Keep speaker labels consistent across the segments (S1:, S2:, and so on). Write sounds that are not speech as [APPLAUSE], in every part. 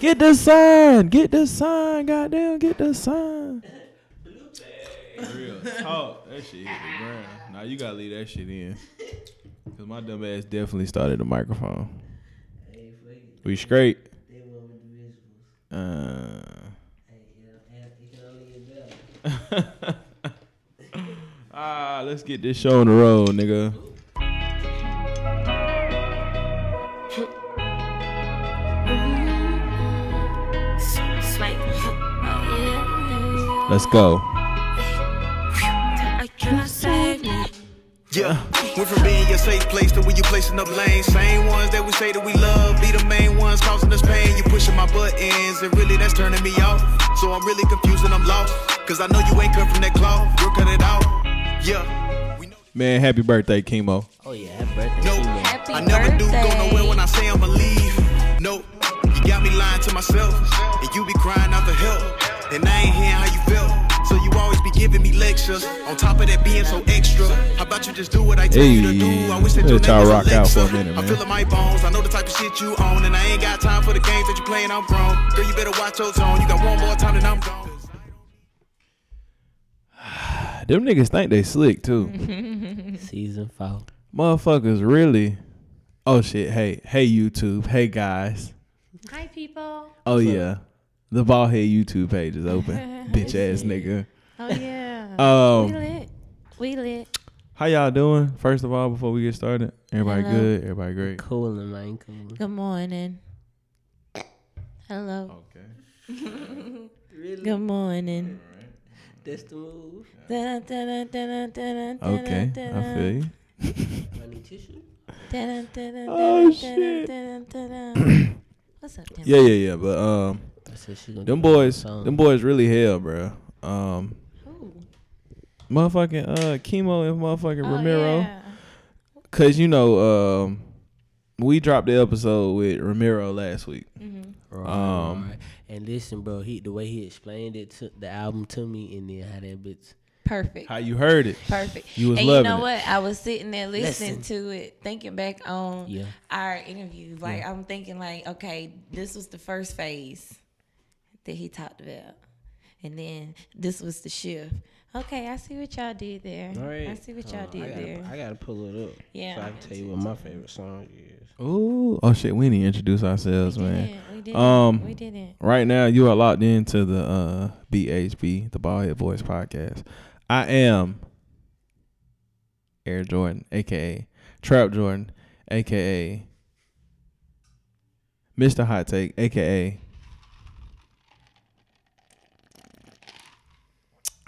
S1: Get the sign. Get the sign. Goddamn, get the sign.
S2: Real talk. Oh, That shit hit the ground. Nah, you gotta leave that shit in. Cause my dumb ass definitely started the microphone.
S3: Hey, fuck it.
S2: We straight.
S3: They want with the visuals.
S2: Uh,
S3: Hey, you know, and it can only get better.
S2: ah, let's get this show on the road, nigga.
S4: Swipe. Oh,
S2: Let's go.
S4: yeah. I cannot save me.
S5: Yeah, went from being your safe place to where you placing up lanes. Same ones that we say that we love be the main ones causing us pain. You pushing my buttons, and really that's turning me off. So I'm really confused and I'm lost. Cause I know you ain't come from that cloth, you're cut it out. Yeah, we know.
S2: Man, happy birthday, chemo.
S3: Oh, yeah, happy birthday.
S5: No,
S4: Happy
S5: I never do go
S4: birthday.
S5: nowhere when I say I'ma leave. No, you got me lying to myself, and you be crying out for help, and I ain't hearing how you felt. So you always be giving me lectures. On top of that, being so extra. How about you just do what I tell you to do? I wish that
S2: Hey,
S5: your
S2: let
S5: name
S2: y'all
S5: was
S2: rock out
S5: Alexa.
S2: for a minute,
S5: I'm
S2: man.
S5: feeling my bones. I know the type of shit you own, and I ain't got time for the games that you playing. I'm grown. Girl, you better watch your tone. You got one more time, and I'm gone.
S2: Ah, Them niggas think they
S1: [LAUGHS]
S2: slick too.
S3: Season 4.
S2: Motherfuckers really. Oh shit. Hey, hey YouTube. Hey guys.
S6: Hi, people.
S2: Oh yeah. The bald head YouTube page is
S6: [LAUGHS]
S2: open. [LAUGHS] Bitch ass nigga.
S6: Oh, yeah. [LAUGHS] we
S2: Um
S6: lit. We lit.
S2: how y'all doing? First of all, before we get started. Everybody
S6: Hello.
S2: good? Everybody great?
S3: Cooling, man. Cooling.
S6: Good morning. Hello.
S2: Okay.
S6: Good morning.
S3: That's the move.
S6: Dun, dun, dun, dun, dun, dun, dun,
S2: Okay. I
S6: dun,
S2: feel you.
S3: I need tissue.
S6: dun, dun, dun, dun,
S2: Oh,
S6: dun,
S2: shit.
S6: dun, dun, dun. What's up, Tim?
S2: Yeah, yeah, yeah. But um
S3: I said she gonna
S2: them
S3: do it on
S2: boys
S3: her phone.
S2: them boys really hell, bro. Um motherfucking uh chemo and motherfucking
S6: Oh,
S2: Ramiro. Cause you know, um, we dropped the episode with Ramiro last week.
S3: Right,
S2: um,
S3: right. And listen, bro, he the way he explained it to the album to me, and then how that bitch.
S6: Perfect.
S2: How you heard it?
S6: Perfect.
S2: You was
S6: and
S2: loving
S6: you know
S2: it.
S6: what? I was sitting there listening
S3: Listen.
S6: to it, thinking back on
S3: Yeah.
S6: our interviews. Like I'm thinking, like, okay, this was the first phase that he talked about, and then this was the shift. Okay, I see what y'all did there. I see what y'all
S3: Hold on, Uh, I
S6: did
S3: gotta-
S6: there.
S3: I gotta pull it up.
S6: Yeah.
S3: So I can tell you what my favorite song is.
S2: Ooh, oh shit, we need to introduce ourselves,
S6: we
S2: man.
S6: didn't. We didn't.
S2: Um,
S6: we didn't.
S2: Right now, you are locked into the uh, BHB, the Ball Head Boys podcast. I am Air Jordan, aka Trap Jordan, aka Mr. Hot Take, aka.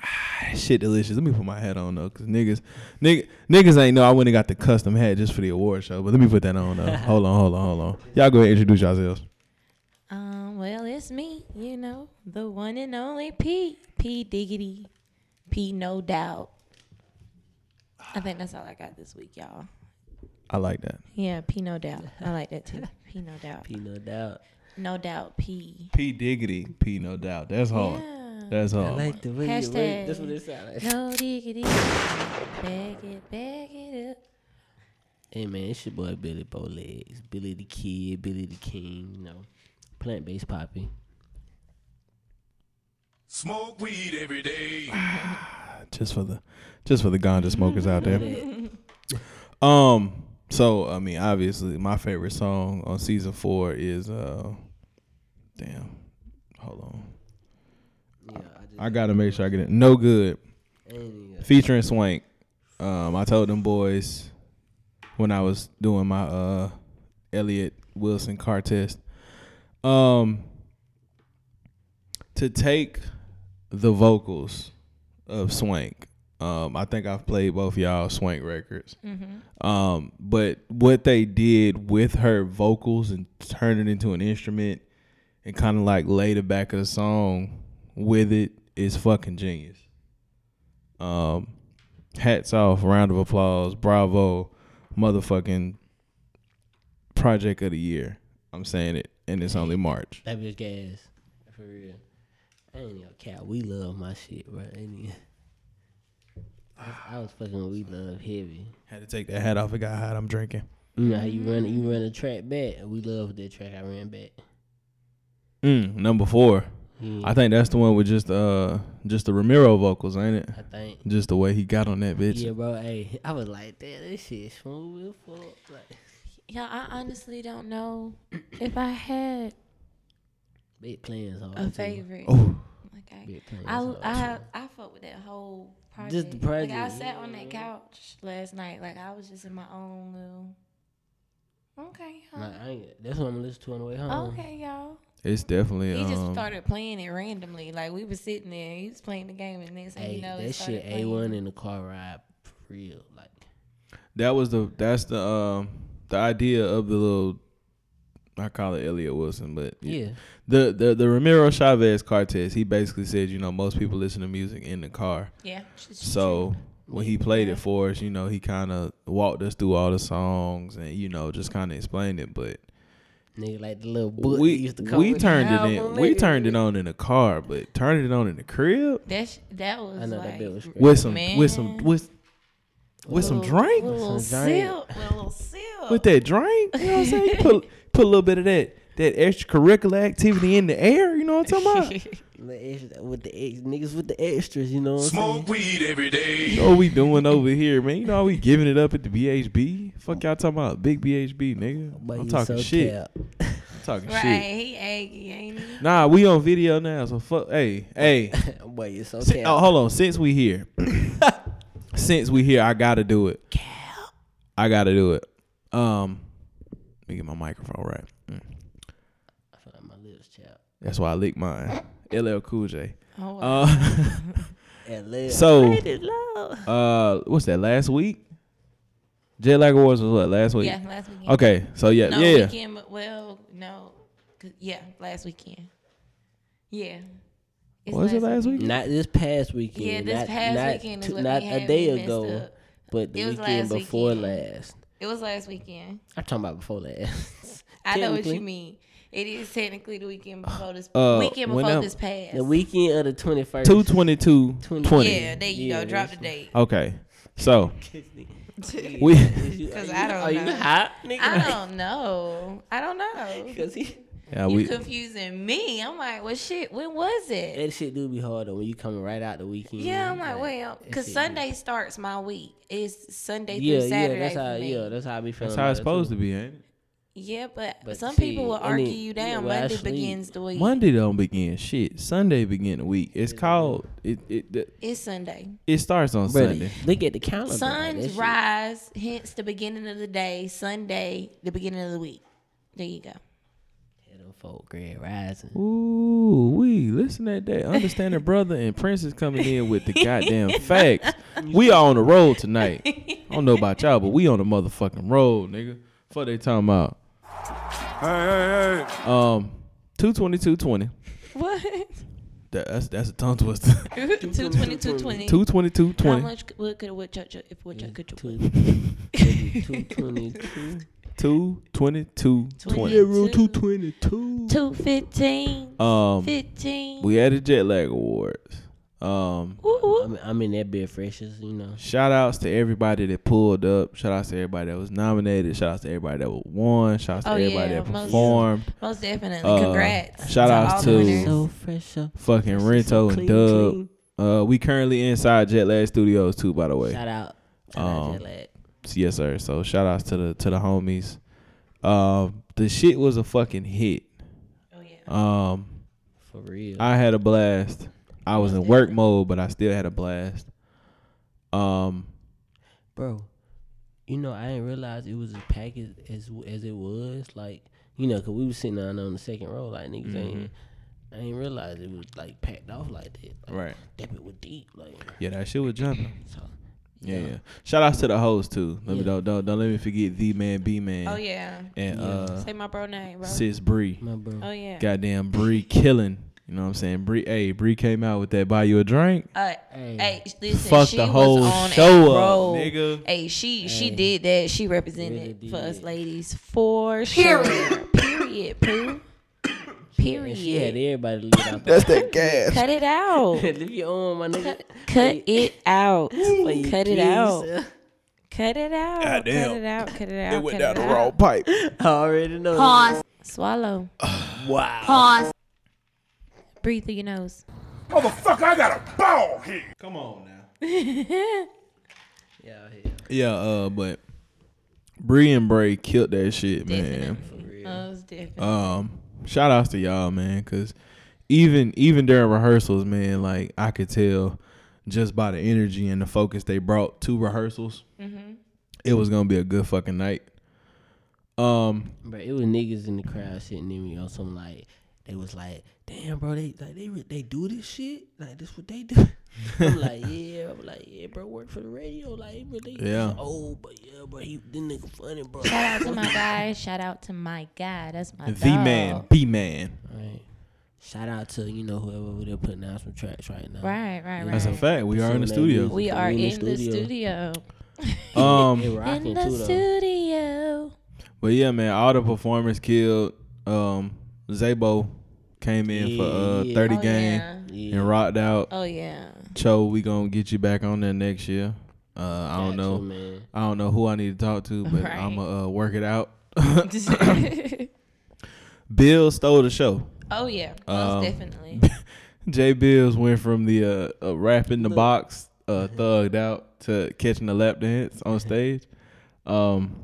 S2: Ah, Shit delicious. Let me put my hat on though, cause niggas, nigg- niggas ain't know I wouldn't got the custom hat just for the award show. But let me put that on though. hold on, hold on, hold on. Y'all go ahead and introduce yourselves.
S6: Um, well, it's me, you know, the one and only P. P. Diggity. P. No doubt. I think that's all I got this week, y'all.
S2: I like that.
S6: Yeah, P no doubt. I like
S3: [LAUGHS]
S6: that too. P no doubt.
S3: P no doubt.
S6: No doubt P.
S2: P Diggity, P No Doubt. That's hard.
S6: Yeah.
S2: That's
S3: I
S2: hard.
S3: like the way you
S6: Hashtag.
S3: wait. That's what it sound like.
S6: No diggity. Bag it, bag it up.
S3: Hey man, it's your boy Billy Bowlegs, Billy the Kid, Billy the King. You know, plant based poppy.
S7: Smoke weed every day.
S2: Just for the just for the ganja smokers out there. Um, so I mean, obviously my favorite song on season four is uh damn. Hold on.
S3: Yeah, I just
S2: I gotta make sure I get it. No good.
S3: ain't
S2: Featuring Swank. Um, I told them boys when I was doing my uh Elliot Wilson car test. Um to take the vocals of Swank. Um, I think I've played both y'all Swank records. Um, but what they did with her vocals and turn it into an instrument and kind of like lay the back of the song with it is fucking genius. Um, hats off, round of applause, bravo, motherfucking project of the year. I'm saying it, and it's only March.
S3: that bitch gas for real. I ain't no cat. We love my shit, bro. Ain't even- I- I was fucking with we love heavy.
S2: Had to take that hat off. It got hot. I'm drinking.
S3: You know how you run you run a track back. We love that track I ran back.
S2: Mm, number four. I think that's the one with just uh just the Ramiro vocals, ain't it?
S3: I think.
S2: Just the way he got on that bitch.
S3: Yeah, bro. Hey, I was like, damn, this shit smooth as fuck. Like,
S6: Yeah, I honestly don't know if I had
S3: big plans hard.
S6: a
S3: too.
S6: favorite.
S2: Oh,
S6: Like
S3: Big
S6: I, I,
S3: plans. hard.
S6: I, I fuck with that whole project.
S3: Just the
S6: Like I
S3: project,
S6: sat on that couch last night. Like I was just in my own little. Okay, huh?
S3: Like, I ain't, that's what I'm gonna listen to on the way home.
S6: okay, y'all.
S2: it's definitely
S6: He just
S2: um,
S6: started playing it randomly. Like we was sitting there, he was playing the game, and next thing
S3: Hey,
S6: you know, it
S3: that
S6: started
S3: shit a one
S6: playing.
S3: in the car ride, for real. Like,
S2: that was the that's the um the idea of the little I call it Elliot Wilson, but
S3: yeah,
S2: the the the Ramiro Chavez Cortez. He basically said, you know, most people listen to music in the car.
S6: Yeah.
S2: So when he played it for us, you know, he kind of walked us through all the songs and you know just kind of explained it. But
S3: nigga, like the little book that
S2: we
S3: used to come.
S2: we
S3: with the
S2: turned it in.
S3: album,
S2: We
S3: nigga.
S2: turned it on in the car, but turning it on in the crib
S6: That sh- that was
S3: I know
S6: like
S3: that bit was crazy.
S2: with some with some
S6: Man.
S2: with with some
S6: little-
S2: drink
S6: with a little
S3: Some drink.
S6: sip, with a little sip.
S3: [LAUGHS]
S2: with that drink. You know what I'm saying? You put put a little bit of that that extracurricular activity in the air. You know what I'm
S6: [LAUGHS]
S2: talking about?
S3: The extra- with the ex, niggas with the extras, you know what I'm saying?
S7: Smoke weed every day.
S2: you know what we doing over here, man? You know how we giving it up at the BHB? Fuck y'all talking about big BHB, nigga.
S3: But
S2: I'm
S3: you
S2: talking
S3: so
S2: shit.
S3: cap.
S2: I'm talking
S6: right,
S2: shit.
S6: he aggy, ain't he?
S2: Nah, we on video now, so fuck. Hey, hey.
S3: [LAUGHS] Boy, you so
S2: si-
S3: cap.
S2: oh, hold on. Since we here, [COUGHS] since we here, I gotta do it. I gotta do it. Um, let me get my microphone right. Mm.
S3: I feel like my lips chap.
S2: That's why I licked mine. LL Cool J.
S6: Oh, wow.
S2: Uh, [LAUGHS]
S3: And lips.
S2: so, uh, what's that? Last week, Jet Lag Awards was what? Last week.
S6: yeah, last weekend.
S2: Okay, so yeah,
S6: No,
S2: yeah.
S6: weekend, but well, no, 'cause- yeah, last weekend. Yeah. It's
S2: Was it last week?
S3: Not this past weekend.
S6: Yeah, this
S3: not,
S6: past
S3: not
S6: weekend is
S3: two-
S6: what
S3: not
S6: we
S3: a
S6: had
S3: day
S6: me messed
S3: ago,
S6: up.
S3: but the
S6: It was
S3: weekend
S6: last
S3: before
S6: weekend.
S3: last.
S6: It was last weekend.
S3: I'm talking about before
S6: [LAUGHS]
S3: last.
S6: I know what
S3: Technically.
S6: you mean. It is technically the weekend before this
S2: Uh,
S6: weekend
S2: when
S6: before
S2: I-
S6: this past.
S3: The weekend of the 21st.
S2: Two
S3: [LAUGHS]
S2: twenty two
S3: Twenty.
S2: twenty.
S6: yeah, there you
S3: Yeah,
S6: go. Drop
S3: that's
S6: the date.
S2: Okay, so
S6: [LAUGHS] Because
S2: we.
S6: I don't
S3: Are you
S6: know.
S3: hot, nigga?
S6: I don't know. I don't know.
S3: [LAUGHS] Cause he,
S2: Yeah,
S6: You
S2: we.
S6: confusing me. I'm like, well, shit. When was it?
S3: that shit do be hard though when you coming right out the weekend.
S6: Yeah, I'm like, well,
S3: that
S6: because
S3: shit
S6: Sunday starts my week. It's Sunday
S3: Yeah, yeah,
S6: through Saturday
S3: that's how.
S6: for me.
S3: Yeah, that's how I be feeling.
S2: That's how it's
S3: about it,
S2: supposed to be, ain't it?
S6: Yeah, but,
S3: But
S6: some
S3: shit,
S6: people will
S3: and
S6: argue
S3: then,
S6: you
S3: you know,
S6: down.
S3: where I
S6: Monday
S3: sleep.
S6: begins the week.
S2: Monday don't begin shit. Sunday begin the week. It's called it. It the-
S6: It's Sunday.
S2: it starts on
S3: Brother,
S2: Sunday.
S3: Look at the calendar. like, that
S6: Suns
S3: shit-
S6: rise, hence the beginning of the day. Sunday, the beginning of the week. There you go. [LAUGHS]
S3: Yeah, them folk grand rising.
S2: Ooh, we listen at that.
S6: [LAUGHS]
S2: Understanding brother and Prince is coming in with the goddamn facts. We are on the road tonight. I don't know about y'all, but we on the motherfucking road, nigga. Fuck they talking about. Hey, hey, hey. Um, two twenty two twenty.
S6: What?
S2: That, that's that's a tongue twister. [LAUGHS]
S6: 220, 220.
S2: two twenty two
S6: How
S2: twenty.
S6: much wood could a woodchuck chuck if woodchuck could chuck wood?
S3: Two
S6: [LAUGHS]
S3: twenty-two.
S2: Two twenty two
S6: Yeah,
S2: twenty.
S6: rule Two.
S3: twenty-two.
S6: 215,
S2: Um,
S6: 15.
S2: we had the jet lag awards. Um,
S6: Ooh, ooh.
S3: I'm, I'm in that bit freshest, you know.
S2: Shout outs to everybody that pulled up. Shout outs to everybody that was nominated. Shout outs to everybody that won. Shout outs to
S6: Oh,
S2: everybody
S6: yeah,
S2: that
S6: most-
S2: performed.
S6: Most definitely.
S2: Uh,
S6: Congrats.
S2: shout outs
S6: all
S2: to-
S6: the winners.
S3: So fresh up.
S2: Fucking Rento
S3: clean,
S2: and Dub. Uh, we currently inside Jet Lag Studios too, by the way.
S3: Shout out. Shout out
S2: Um,
S3: Jet Lag.
S2: yes, sir. So shout outs to the to the homies. Um, the shit was a fucking hit.
S6: Oh, yeah.
S2: Um,
S3: For real.
S2: I had a blast. I was in work mode, but I still had a blast. Um,
S3: bro. You know, I didn't realize it was as packed as as, as it was. Like, you know, 'cause we was sitting down on the second row, like niggas
S2: Mm-hmm.
S3: ain't. I didn't realize it was like packed off like that. Like,
S2: right.
S3: That bit was deep. Like,
S2: Yeah, that shit was jumping.
S3: so,
S2: Yeah, yeah. Shout outs to the host too. Let me
S3: Yeah.
S2: don't, don't don't let me forget the man, B man.
S6: Oh, yeah.
S2: and uh
S6: Say my bro name, bro.
S2: sis Bree.
S3: my bro.
S6: Oh, yeah.
S2: Goddamn Bree killing. You know what I'm saying? Bree hey, Bree came out with that buy you a drink.
S6: Uh,
S3: Hey.
S6: hey, sh- listen,
S2: Fuck
S6: she
S2: the whole
S6: was on
S2: show
S6: a
S2: up,
S6: roll.
S2: nigga.
S6: Hey, she she did that. She represented
S3: Really
S6: for us
S3: did.
S6: ladies for sure. Period. Poo.
S3: And she had
S6: Period.
S3: everybody leave
S2: [LAUGHS]
S3: out. That's that.
S6: Cut it out.
S3: leave your own, my nigga.
S6: Cut it out.
S3: Like, you
S6: Cut it
S3: please.
S6: out. Cut it out. Cut
S2: Goddamn.
S6: it out. Cut it out. It went
S2: pipe.
S3: I already know.
S6: Swallow.
S3: Wow.
S4: Pause.
S6: Breathe through your nose.
S7: Motherfucker, I got a ball here.
S2: Come on now.
S3: Yeah, yeah.
S2: Yeah, uh, but Bree and Bray killed that shit, man.
S6: Oh, it's different.
S2: Um, shout outs to y'all, man, because even even during rehearsals, man, like I could tell just by the energy and the focus they brought to rehearsals,
S6: Mm-hmm.
S2: it was gonna be a good fucking night. Um,
S3: But it was niggas in the crowd sitting in me on some like they was like, damn, bro, they like they re- they do this shit like this what
S2: [LAUGHS]
S3: they do. I'm like, yeah, I'm like, yeah, bro, work for the radio, like really,
S2: Yeah.
S3: Oh, but yeah, bro, he this nigga funny, bro.
S6: Shout out to my guy. Shout out to my guy. That's my
S2: the
S6: dog.
S2: man, B man.
S3: Right. Shout out to you know whoever over there putting out some tracks right now.
S6: Right, right, right.
S2: That's a fact. We are in the studio.
S6: We are
S3: We
S6: in the studio.
S3: They [LAUGHS]
S2: Um,
S3: rocking
S6: In the
S3: too though.
S6: studio.
S2: but yeah, man, all the performers killed. Um, Zabo came in for uh
S3: Yeah.
S2: thirty
S6: Oh,
S2: game
S6: yeah.
S3: Yeah.
S2: and rocked out. [COUGHS]
S6: Oh, yeah. [COUGHS]
S2: Cho, we gonna get you back on there next year. Uh, I don't
S3: Got you,
S2: know.
S3: man.
S2: I don't know who I need to talk to, but
S6: Right.
S2: I'm gonna uh, work it out.
S6: oh,
S2: Bill stole the show.
S6: yeah. Most
S2: Um, [COUGHS]
S6: definitely.
S2: Jay Bills went from the uh, uh, rap in the box, uh, thugged out, to catching the lap dance on stage. Um,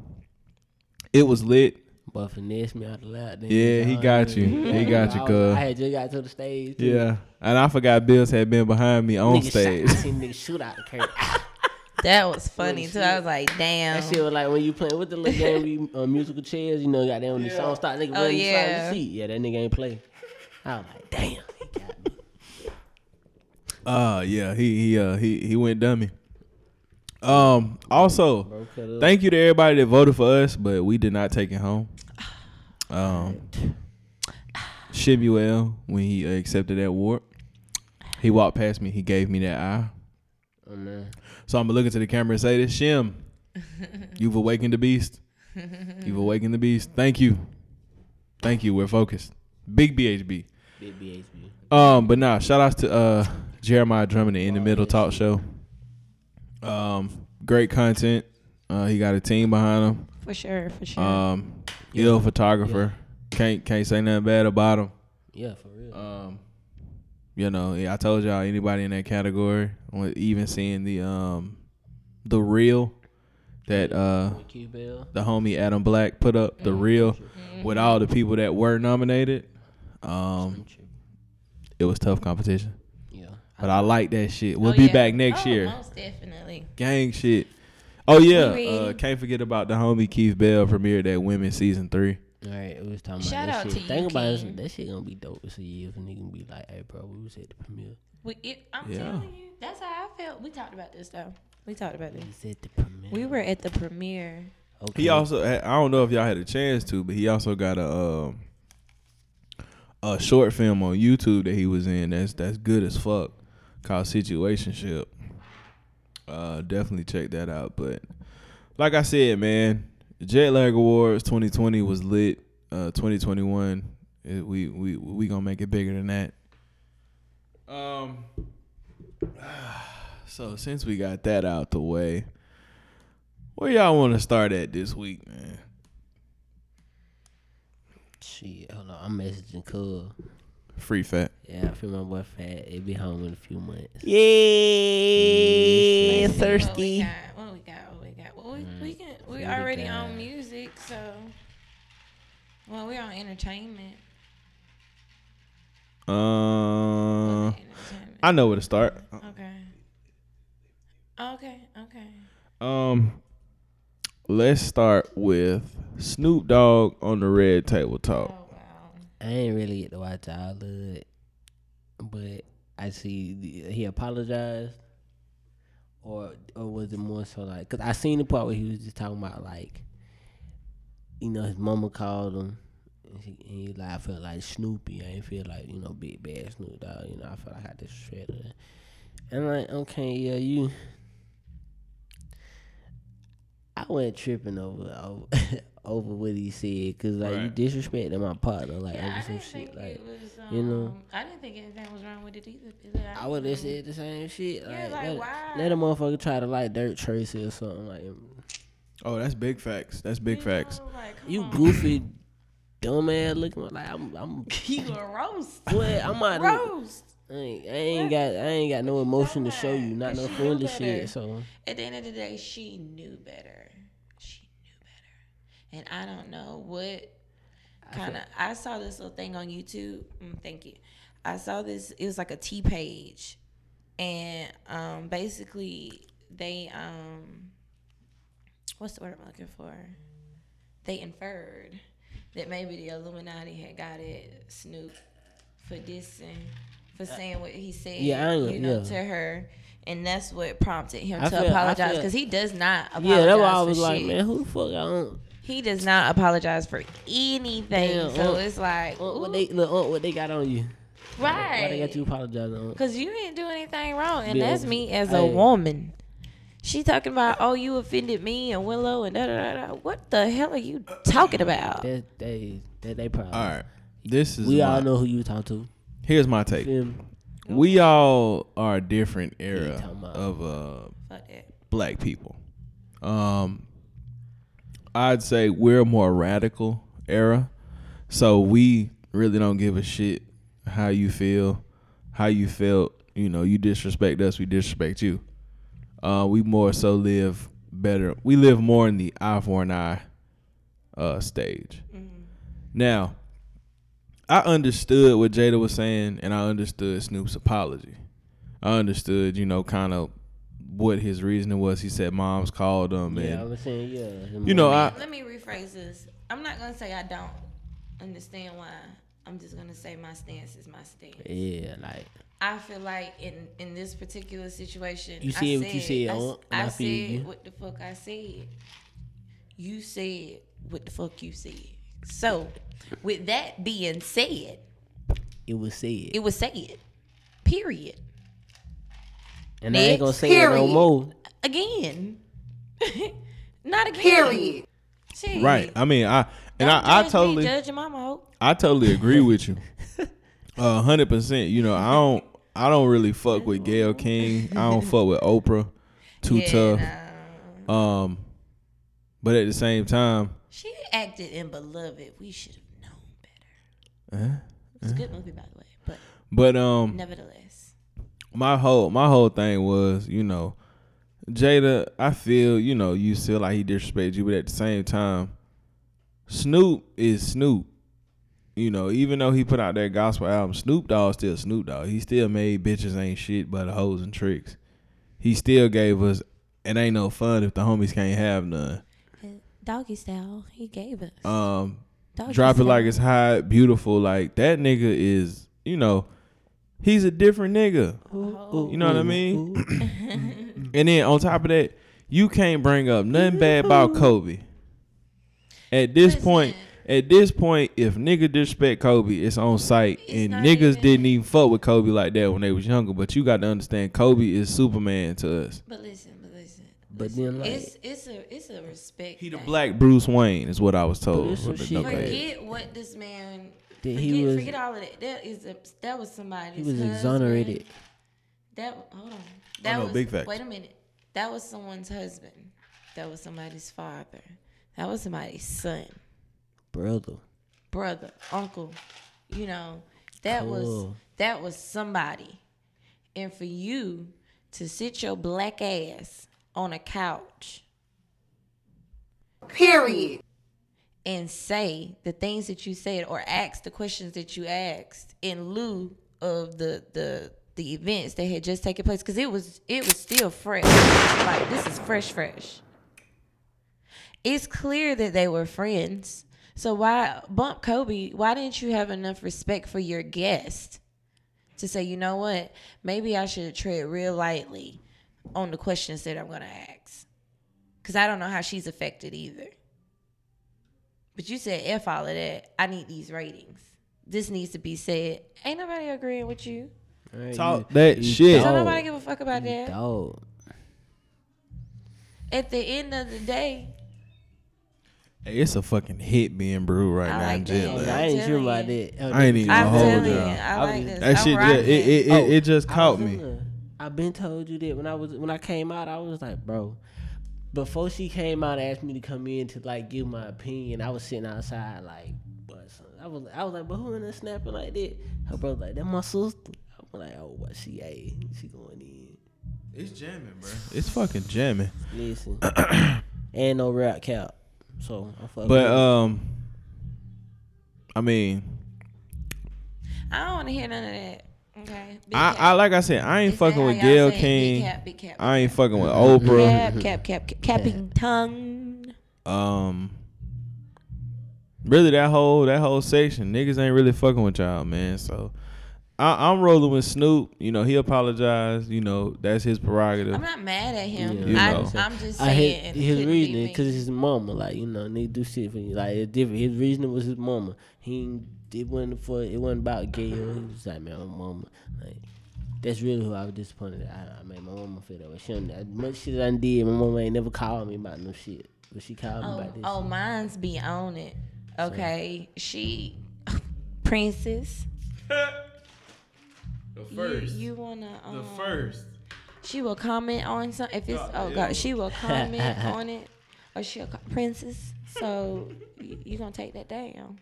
S2: it was lit.
S3: But finesse me out loud. then.
S2: Yeah, he got you. He got you,
S3: I, was- I
S2: cuz.
S3: had just got to the stage. too.
S2: Yeah, and I forgot Bills had been behind me on
S3: Nigga [LAUGHS]
S2: stage.
S3: Shot, I seen niggas shoot out the
S6: [LAUGHS]
S3: curtain.
S6: That was funny, too. I was like, damn.
S3: That shit was like when you playing with the little game, you, uh, musical chairs, you know, goddamn, when the song start, nigga,
S6: Oh,
S3: oh, yeah.
S6: yeah.
S3: the seat. Yeah, that nigga ain't play. I was like, damn, he
S2: [LAUGHS]
S3: got
S2: [LAUGHS]
S3: me.
S2: Uh yeah, he he uh he he went dummy. Um also,
S3: Broke it up.
S2: thank you to everybody that voted for us, but we did not take it home. Um Shibuel, when he uh, accepted that award, he walked past me, he gave me that eye.
S3: Oh, man.
S2: So I'm gonna look into the camera and say this, Shim, you've awakened the beast. You've awakened the beast. Thank you. Thank you. We're focused. Big BHB.
S3: Big BHB.
S2: Um, but nah, shout outs to uh Jeremiah Drummond, the In the Middle Talk Show. Um, great content. Uh, he got a team behind him.
S6: For sure, for sure. Oh,
S2: Um, ill photographer. Can't can't say nothing bad about him.
S3: Yeah, for real.
S2: Um, you know, yeah, I told y'all anybody in that category, when- even seeing the um, the real that uh
S3: Q Bell.
S2: the homie Adam Black put up
S6: Mm-hmm.
S2: the real with all the people that were nominated. Um, it was tough competition.
S3: Yeah.
S2: But I like that shit. We'll
S6: Oh,
S2: be
S6: yeah.
S2: back next
S6: Oh,
S2: year.
S6: Most definitely.
S2: Gang shit. Oh yeah.
S6: We ready.
S2: Uh, can't forget about the homie Keith Bell premiered that women season three.
S3: All right, we was talking
S6: Shout
S3: about
S6: out
S3: that
S6: to
S3: shit.
S6: you,
S3: Think about this.
S6: King.
S3: That shit gonna be dope. It's a year for nigga gonna be like, hey, bro, we was at the premiere.
S6: We, it, I'm
S2: Yeah.
S6: telling you, that's how I felt. We talked about this, though. We talked about this.
S3: We was at the premiere.
S6: We were at the premiere.
S3: Okay.
S2: He also had, I don't know if y'all had a chance to, but he also got a um, a short film on YouTube that he was in that's that's good as fuck called Situationship. Uh definitely check that out. But like I said, man, Jet Lag Awards 2020 was lit. Uh 2021 it- we we we going to make it bigger than that. Um [SIGHS] so since we got that out the way, where y'all want to start at this week, man?
S3: Shit, hold on. I'm messaging Cub.
S2: Free fat.
S3: Yeah, I feel my boy fat. It be home in a few months.
S6: Yeah,
S3: Yeah,
S6: What we got? What we got? What we got? Well,
S3: Mm,
S6: we, we can. We already on music, so. Well, we're on entertainment.
S3: Uh-huh.
S2: Uh,
S6: entertainment.
S2: I know where to start.
S6: okay. Okay. Okay.
S2: Um, let's start with Snoop Dogg on the Red Table Talk.
S6: Oh wow.
S3: I ain't really get to watch all of it, but I see the, he apologized, or or was it more so like? Cause I seen the part where he was just talking about like, you know, his mama called him, and, she, and he like, I felt like Snoopy. I ain't feel like you know big bad Snoop Dogg. You know, I felt like I just shredded. And I'm like, okay, yeah, you. I wasn't tripping over over, [LAUGHS] over what he said because like
S2: Right.
S3: you disrespecting my partner like
S6: Yeah,
S3: over
S6: I
S3: some
S6: didn't
S3: shit
S6: think
S3: like
S6: it was. Um,
S3: you know.
S6: I didn't think anything was wrong with it either. because
S3: I would have said the same shit.
S6: Yeah,
S3: Like,
S6: like,
S3: let,
S6: why?
S3: let a motherfucker try to like Dirt Tracy or something. Like, um,
S2: Oh, that's big facts. That's big
S6: you
S2: facts.
S3: [LAUGHS]
S6: Hmm. know, like, come
S3: you
S6: on.
S3: goofy dumb ass looking. Like I'm,
S6: [LAUGHS]
S3: I'm,
S6: You a roast.
S3: what? I'm out. of-
S6: Roast.
S3: I ain't, I ain't got, I ain't got no emotion to show you. Not no
S6: She knew
S3: friendly
S6: better.
S3: shit. So
S6: At the end of the day, she knew better. She knew better. And I don't know what kind of. I saw this little thing on YouTube. Mm, thank you. I saw this. It was like a T page, and um, basically they um, what's the word I'm looking for? They inferred that maybe the Illuminati had got it Snoop for dissing, for saying what he said.
S3: Uh, Yeah, I ain't-
S6: you know,
S3: yeah.
S6: to her. And that's what prompted him
S3: I
S6: to
S3: feel- I
S6: apologize
S3: feel-
S6: because he does not apologize.
S3: yeah, that's why I
S6: for
S3: was like,
S6: shit.
S3: man, who the fuck? I don't.
S6: He does not apologize for anything.
S3: Damn,
S6: so
S3: uh,
S6: it's like,
S3: Uh,
S6: ooh,
S3: what they look? Uh, what they got on you? Why they got you
S6: right?
S3: apologizing? On?
S6: Because you didn't do anything wrong, and
S3: Yeah.
S6: that's me as a
S3: Hey.
S6: woman. She talking about, oh, you offended me and Willow and da da da. da. What the hell are you talking about?
S3: That they, that they problem.
S2: All right. This is
S3: We
S2: my,
S3: all know who you talk to.
S2: Here's my take.
S3: Feel me?
S2: We all are a different
S3: you
S2: era
S3: talking about?
S2: of uh
S6: Fuck that.
S2: black people. Um, I'd say we're a more radical era, so we really don't give a shit how you feel, how you felt. You know, you disrespect us, we disrespect you. Uh, we more so live better. We live more in the eye for an eye uh, stage.
S3: Mm-hmm.
S2: Now, I understood what Jada was saying, and I understood Snoop's apology. I understood, you know, kind of what his reasoning was. He said mom's called him,
S3: Yeah, I
S2: and
S3: was saying yeah.
S2: you know, I
S6: Let me rephrase this. I'm not gonna say I don't understand why. I'm just gonna say my stance is my stance.
S3: Yeah, like
S6: I feel like in in this particular situation,
S3: You
S6: I
S3: said what you said,
S6: I s-
S3: huh?
S6: I,
S3: And I
S6: said
S3: feel you.
S6: what the fuck I said. You said what the fuck you said. So, with that being said,
S3: it was said,
S6: it was said. Period.
S3: and I ain't gonna
S6: next
S3: say it no
S6: period.
S3: more.
S6: Again, [LAUGHS] not again. Period. Shit.
S2: right. I mean, I and
S6: Don't
S2: I, I
S6: judge me,
S2: totally.
S6: judge your mama. hoe.
S2: I totally agree with
S6: [LAUGHS]
S2: you. A hundred percent. You know, I don't I don't really fuck with Gail King. I
S6: [LAUGHS]
S2: don't fuck with Oprah. Too
S6: Yeah,
S2: tough.
S6: nah.
S2: Um but at the same time,
S6: She acted in Beloved. We should have known better.
S2: Uh-huh.
S6: It's a good movie, by the way, but
S2: but um
S6: nevertheless,
S2: my whole my whole thing was, you know, Jada, I feel, you know, you feel like he disrespected you, but at the same time, Snoop is Snoop. You know, even though he put out that gospel album, Snoop Dogg still Snoop Dogg. He still made bitches ain't shit but hoes and tricks. He still gave us it ain't no fun if the homies can't have none.
S6: doggy style. He gave us.
S2: Um,
S6: Doggy
S2: drop it
S6: style.
S2: like it's hot, beautiful. Like that nigga is, you know, he's a different nigga. You know what I mean? [LAUGHS] and then on top of that, you can't bring up nothing bad about Kobe. At this point, at this point, if nigga disrespect Kobe, it's on site, and
S6: not
S2: niggas
S6: even-
S2: didn't even fuck with Kobe like that when they was younger. But you got to understand, Kobe is Superman to us.
S6: But listen, but listen.
S3: But then like
S6: It's it's a it's a respect.
S2: He the
S6: thing.
S2: black Bruce Wayne is what I was
S3: But
S2: told.
S3: there's some
S2: with the
S3: shit
S2: knucklehead.
S6: Forget what this man.
S3: That
S6: Forget,
S3: he was-
S6: forget all of that. That is a, that was somebody's.
S3: he was
S6: husband.
S3: exonerated.
S6: That hold on. That
S2: Oh, no,
S6: was
S2: big facts.
S6: wait a minute. That was someone's husband. That was somebody's father. That was somebody's son,
S3: brother.
S6: brother, uncle. You know, that was
S3: Cool.
S6: that was somebody. And for you to sit your black ass on a couch
S4: Period.
S6: and say the things that you said or ask the questions that you asked in lieu of the the the events that had just taken place because it was it was still fresh like this is fresh fresh it's clear that they were friends so why bump kobe why didn't you have enough respect for your guest to say you know what maybe i should tread real lightly on the questions that i'm going to ask because i don't know how she's affected either but you said F all of that. I need these ratings. This needs to be said. Ain't nobody agreeing with you.
S3: Alright,
S2: Talk
S3: you-
S2: that
S3: you
S2: shit.
S6: Don't
S3: Dog.
S6: nobody give a fuck about that.
S3: Dog.
S6: At the end of the day,
S2: Hey, it's a fucking hit being brewed right
S6: I
S2: now in
S6: like
S2: jail.
S6: that.
S2: like,
S3: I ain't sure
S6: telling
S3: about
S6: you.
S3: that.
S2: I ain't even
S6: I'm
S2: hold
S6: telling you,
S2: y'all.
S6: I
S3: I
S6: like
S3: was-
S6: this.
S2: That
S6: I'm
S2: shit, yeah,
S6: rocking.
S2: it, it, it,
S3: Oh,
S2: it just
S3: I
S2: caught
S3: was
S2: me.
S3: in a- I been told you that when I was when I came out, I was like, bro. Before she came out, and asked me to come in to like give my opinion. I was sitting outside like, but I was, I was like, but who in there snapping like that? Her brother like, that my sister. I'm like, oh, but she, hey, she going in.
S2: It's jamming, bro. It's fucking jamming. [COUGHS]
S3: Listen, and no rap cap. So I'm fucking.
S2: But um, I mean,
S6: I don't want to hear none of that. Okay. Big
S2: I,
S6: cap.
S2: I like I said, I ain't
S6: Is that
S2: fucking
S6: how
S2: with
S6: y'all
S2: Gail
S6: say it? Big
S2: King.
S6: cap, big cap,
S2: I ain't fucking with Oprah.
S6: Cap, cap, cap, cap, capping tongue.
S2: Um, really, that whole that whole section, niggas ain't really fucking with y'all, man. So. I, I'm rolling with Snoop. You know he apologized. You know that's his prerogative.
S6: I'm not mad at him.
S2: Yeah.
S6: I,
S2: You know.
S6: I'm just saying.
S3: I hate
S6: it
S3: his
S6: couldn't be
S3: reasoning
S6: me.
S3: because his mama, like you know, nigga do shit for you. Like it's different. His reasoning was his mama. He ain't- it wasn't for it wasn't about gay. He was like, man, my mama. Like that's really who I was disappointed. At. I, I made my mama feel that way. She done, as much shit I done did, my mama ain't never called me about no shit. But she called me
S6: Oh,
S3: about this.
S6: oh, mine's be on it. Okay, she, [LAUGHS] princess.
S2: the
S6: You, you wanna? Um,
S2: first.
S6: She will comment on some. If it's oh god, she will comment on it, or she'll co- princess. So you, you gonna take that down?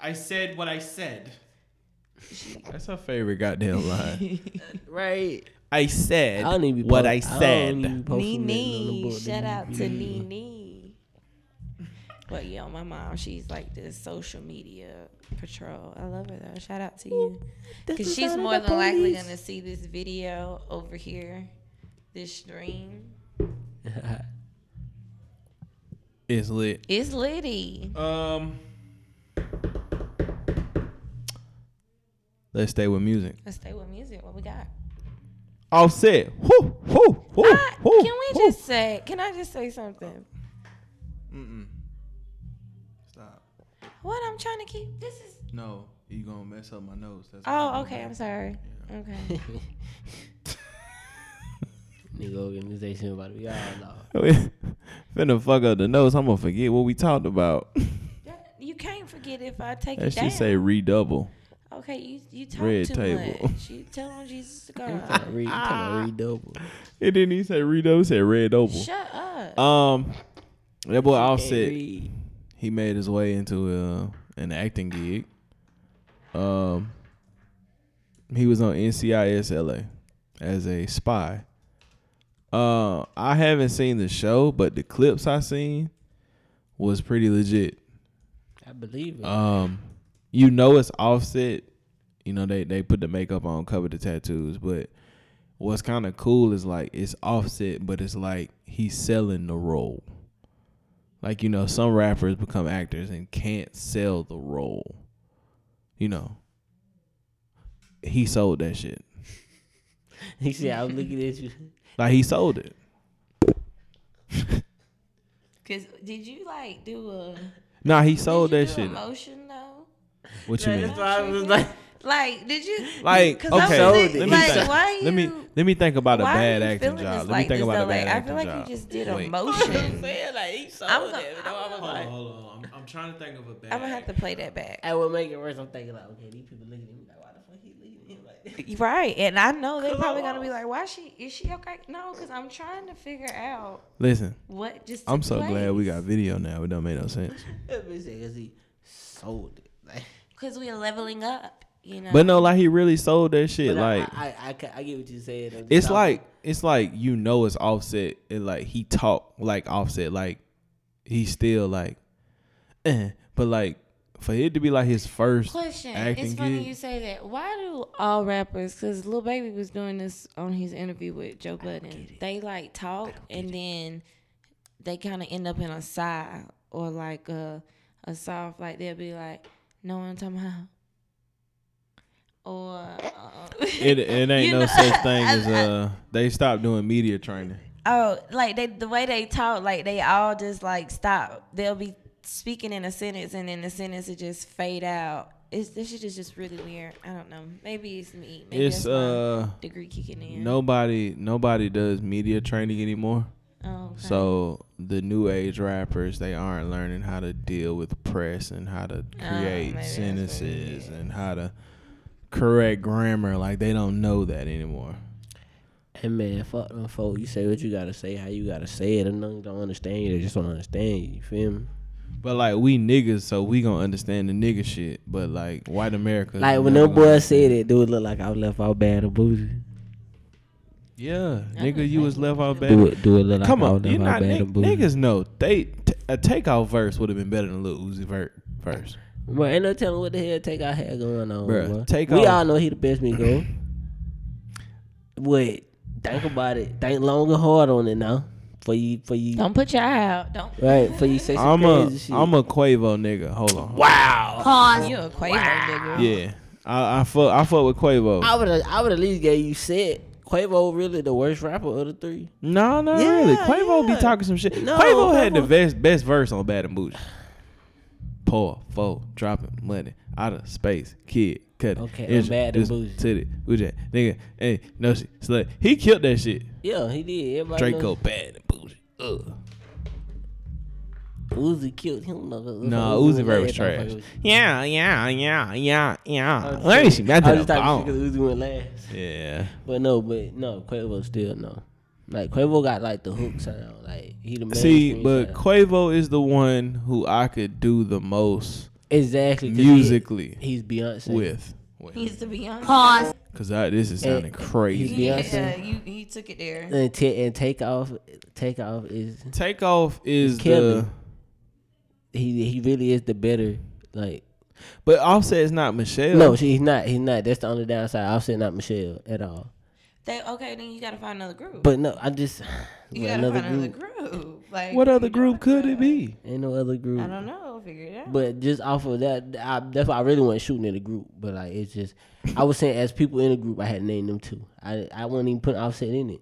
S8: I said what I said.
S2: That's her favorite goddamn
S6: [LAUGHS]
S2: line.
S3: Right.
S2: I said
S3: I don't even be
S2: what
S3: post-
S2: I
S3: I don't even be
S2: said.
S3: posting nothing on the
S6: Nene,
S3: board.
S6: shout out to Nene. But yeah, my mom, she's like this social media patrol. I love her though. Shout out to you, because she's more than likely gonna see this video over here, this stream.
S2: It's lit.
S6: It's Liddy.
S2: Um, let's stay with music.
S6: Let's stay with music. What we got?
S2: Offset. Whoo, whoo, whoo,
S6: I-
S2: whoo,
S6: Uh, Ah, can we
S2: whoo.
S6: just say? Can I just say something?
S2: Stop.
S6: What I'm trying to keep. This is.
S2: No, you gonna mess up my nose. That's
S6: Oh, okay. I'm sorry. [LAUGHS] Okay.
S3: Nigga organization about to be all out.
S2: [LAUGHS] Finna fuck up the nose. I'm gonna forget what we talked
S6: [LAUGHS]
S2: about.
S6: That- You can't forget if I take
S2: That
S6: it down.
S2: should say redouble.
S6: okay, you you talk
S2: Red
S6: too
S2: table. [LAUGHS]
S6: much. You tell on Jesus to
S3: Talking
S6: God.
S3: about re- talking
S2: Ah.
S3: about redouble.
S2: It didn't even say redouble. It said redouble.
S6: Shut up.
S2: Um, that boy Offset.
S3: Every-
S2: he made his way into uh, an acting gig. Um, he was on NCIS LA as a spy. Uh, I haven't seen the show, but the clips I seen was pretty legit.
S3: I believe it.
S2: Um, you know it's Offset. You know they they put the makeup on, cover the tattoos, but what's kind of cool is like it's Offset, but it's like he's selling the role. Like you know, some rappers become actors and can't sell the role. You know, he sold that shit.
S3: [LAUGHS] he said, I was looking at you.
S2: Like he sold it.
S6: Cause did you like do a?
S2: Nah, he sold
S6: did you
S2: that
S6: do
S2: shit.
S6: Emotion though.
S2: What you mean?
S3: I was like, [LAUGHS]
S6: Like did you?
S2: Like
S6: 'cause I
S2: okay,
S6: was
S3: Sold
S2: let
S3: it.
S2: me,
S6: thinking, like,
S2: think,
S6: why you?
S2: let me let me think about a
S6: why are
S2: bad
S6: you
S2: acting
S6: feeling this
S2: job. Let me think
S6: like this,
S2: about
S6: though?
S2: a bad
S6: Like, I
S2: acting
S6: feel like
S2: job.
S6: you just did
S2: Wait. [LAUGHS]
S6: a motion.
S3: like, he sold
S6: I'm gonna-
S3: it. though. I was like,
S2: on, I'm, I'm trying to think of a bad.
S6: I'm gonna have to play that back.
S3: I would make it worse. I'm thinking like, okay, these people looking at me like, why the fuck he looking at me like [LAUGHS] that?
S6: [LAUGHS] Right, and I know they're probably gonna be
S3: Close.
S6: like, "Why she? Is she okay?" No, because I'm trying to figure out
S2: Listen,
S6: what just.
S2: I'm
S6: took
S2: so glad we
S6: place.
S2: got video now. It don't make no sense.
S3: That bitch said, cause he sold it. [LAUGHS] Like,
S6: Cause we are leveling up, you know.
S2: But no, like he really sold that shit.
S3: but I-
S2: Like
S3: I, I, I, ca- I get what you said. I'm just
S2: it's
S3: talking-
S2: like it's like you know it's offset and like he talk like offset. Like he's still like, [CLEARS THROAT] eh. but like for it to be like his first
S6: Question:
S2: acting
S6: It's funny
S2: gig,
S6: you say that. Why do all rappers? Cause Lil Baby was doing this on his interview with Joe Budden. They like talk and then they kind of end up in a sigh or like a a soft. Like they'll be like, "No one talking about."
S2: [LAUGHS]
S6: Or uh,
S2: it it ain't
S6: you
S2: no
S6: know- [LAUGHS]
S2: such thing
S6: I-
S2: as uh they stopped doing media training.
S6: Oh, like they the way they talk, like they all just like stop. They'll be speaking in a sentence, and then the sentence will just fade out. It's this shit is just really weird. I don't know. Maybe it's me. Maybe
S2: It's
S6: that's my
S2: uh
S6: degree kicking in.
S2: nobody nobody does media training anymore.
S6: Oh, okay.
S2: So the new age rappers, they aren't learning how to deal with press and how to create
S6: Ah, maybe that's what it
S2: sentences and how to correct grammar. Like they don't know that anymore.
S3: Hey man, fuck them folk. You say what you gotta say, how you gotta say it. And none don't understand you. They just don't understand you. You feel me?
S2: But like we niggas, so we gonna understand the nigga shit. But like white America,
S3: Like when
S2: no
S3: them boys said it, dude, look like I was left out bad or bougie.
S2: yeah, nigga, you was left out
S3: Do
S2: bad.
S3: it, do it look like
S2: Come
S3: I
S2: on,
S3: was
S2: you
S3: left
S2: not
S3: out bad or
S2: nig-
S3: bougie.
S2: niggas. No, they t- a takeout verse would have been better than Lil Uzi ver- verse.
S3: Bro, ain't no telling what the hell take our had going on.
S2: Bruh,
S3: Bro,
S2: Take
S3: we
S2: off.
S3: all know he the best we go. Wait, think about it. Think long and hard on it now. For you, for you,
S6: Don't put your eye out. Don't.
S3: right? For you say some
S2: I'm a
S3: crazy shit.
S2: I'm a Quavo nigga. Hold on. Wow.
S6: [LAUGHS] You a Quavo nigga.
S2: Uh, Yeah, I, I fuck I fuck with Quavo.
S3: I would, I would at least gave you said Quavo really the worst rapper of the three.
S2: No, no,
S3: Yeah,
S2: really. Quavo
S3: yeah.
S2: be talking some shit.
S3: No,
S2: Quavo had the
S3: Quavo-
S2: best best verse on Bad and Bougie. Poor, foe, dropping money out of space, kid, cut it.
S3: Okay,
S2: It's-
S3: on Bad and
S2: it's
S3: Bougie.
S2: Titty, who that nigga? Hey, no shit, slut. He killed that shit.
S3: Yeah, he did. Everybody
S2: Draco,
S3: knows
S2: Bad and Bougie. Ugh.
S3: Uzi killed him.
S2: Nah, Uzi verse was trash. Yeah, yeah, yeah, yeah, yeah. Let me see.
S3: I
S2: That
S3: was
S2: did
S3: just
S2: a
S3: talking
S2: bomb.
S3: because Uzi went last.
S2: Yeah.
S3: But no, but no, Quavo still no. Like Quavo got like the hook sound. Like he the man.
S2: See, but Quavo is the one who I could do the most
S3: exactly 'cause he-
S2: musically
S3: he's Beyonce.
S2: with. with.
S6: He's to be honest. Pause.
S2: Cause I, this is sounding
S3: And-
S2: crazy.
S3: Yeah, I see.
S6: Yeah, you you took it there.
S3: and, t- and take off. Take off is
S2: Takeoff is
S3: Kelly.
S2: the,
S3: he he really is the better. Like
S2: but Offset is not Michelle.
S3: no, she, he's not. He's not. That's the only downside. I'll say not Michelle at all.
S6: They okay, then you gotta find another group.
S3: But no, I just [SIGHS]
S6: you
S3: well,
S6: gotta
S3: another
S6: find
S3: group.
S6: another group. Like
S2: what other
S6: you
S2: group
S6: gotta
S2: could
S6: find-
S2: it be?
S3: Ain't no other group.
S6: I don't know. Figure it out.
S3: But just off of that, I, that's why I really wasn't shooting in the group. But like, it's just I was saying as people in the group, I had named them too. I I wouldn't even put Offset in it.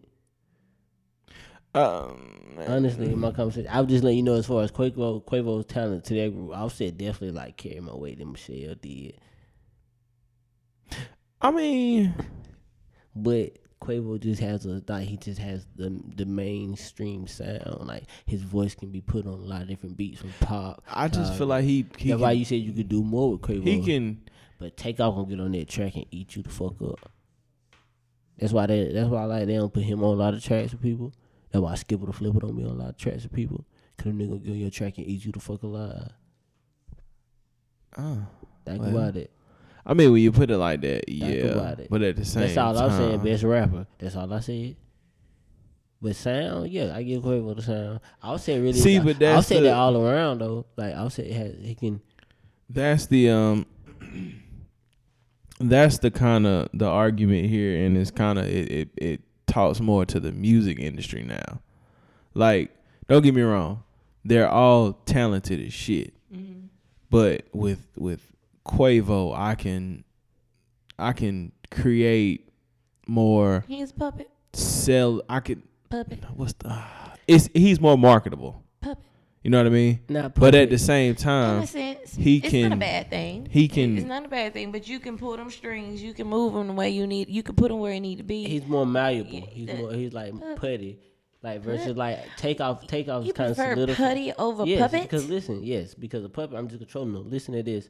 S2: Um,
S3: Honestly, in my conversation, I would just let you know as far as Quavo Quavo's talent to that group, Offset definitely like carried my weight than Michelle did.
S2: I mean,
S3: But Quavo just has a like he just has the the mainstream sound. Like his voice can be put on a lot of different beats from pop.
S2: I just
S3: to-
S2: feel like he he
S3: Uh, that's why
S2: can,
S3: you said you could do more with Quavo.
S2: he can.
S3: But Takeoff gonna get on that track and eat you the fuck up. That's why they. That's why like they don't put him on a lot of tracks with people. That's why Skipper the Flipper don't be on a lot of tracks with people. Cause them nigga gonna get on your track and eat you the fuck alive.
S2: Uh,
S3: Think
S2: Well,
S3: about it.
S2: I mean, when you put it like that, yeah.
S3: about it.
S2: But at the same,
S3: That's all
S2: time,
S3: I'm saying. Best rapper. That's all I said. But sound, yeah, I give Quavo the sound. I'll say really.
S2: See, but
S3: I'll
S2: that's
S3: say
S2: the-
S3: that all around though. Like I'll say has, he can.
S2: That's the um. That's the kind of the argument here, and it's kind of it, it it talks more to the music industry now. Like, don't get me wrong, they're all talented as shit,
S6: Mm-hmm.
S2: but with with Quavo, I can I can create more
S6: He's a puppet,
S2: sell. I could
S6: puppet,
S2: what's the [SIGHS] it's he's more marketable.
S6: puppet.
S2: You know what I mean?
S3: Not
S2: But
S3: perfect.
S2: at the same
S6: in
S2: time,
S6: a sense,
S2: Uh, he
S6: it's
S2: can-
S6: not a bad thing.
S2: he can-
S6: It's not a bad thing, but you can pull them strings. You can move them the way you need. You can put them where it need to be.
S3: He's more malleable. He's
S6: that-
S3: more. He's like putty. Like versus like takeoff. Takeoff
S6: you
S3: is kind of
S6: prefer
S3: solidified.
S6: putty over
S3: yes,
S6: puppet?
S3: Because listen, yes, because a puppet. I'm just controlling them. Listen to this.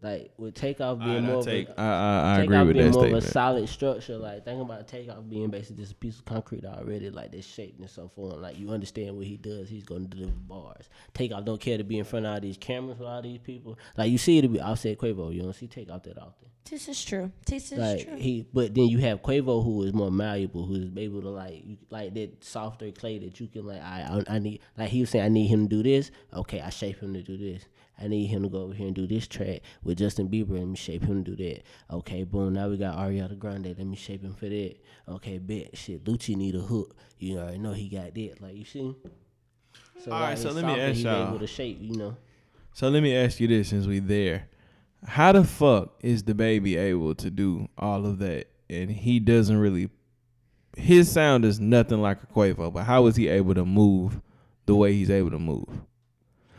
S3: Like with takeoff being
S2: I,
S3: more. of a-
S2: take, I, I, I agree
S3: Takeoff
S2: with
S3: being
S2: that
S3: more
S2: statement.
S3: of a solid structure. Like think about takeoff being basically just a piece of concrete already, like that's shaped in some form. Like you understand what he does, he's gonna deliver bars. Takeoff don't care to be in front of all these cameras with all these people. Like you see it to be offset Quavo, you don't see takeoff that often.
S6: this is true. This is
S3: Like
S6: true.
S3: he, but then you have Quavo who is more malleable, who is able to like you- like that softer clay that you can like. I, I I need like he was saying I need him to do this. Okay, I shape him to do this. I need him to go over here and do this track with Justin Bieber. Let me shape him to do that. Okay, boom. Now we got Ariana Grande. Let me shape him for that. Okay, bet shit. Lucci need a hook. You already know he got that. Like you see. So,
S2: All right,
S3: like,
S2: so
S3: it's
S2: let me
S3: softer,
S2: ask
S3: he's
S2: y'all.
S3: able to shape, you know.
S2: So let me ask you this since we there. How the fuck is the baby able to do all of that and he doesn't really his sound is nothing like a Quavo, but how is he able to move the way he's able to move?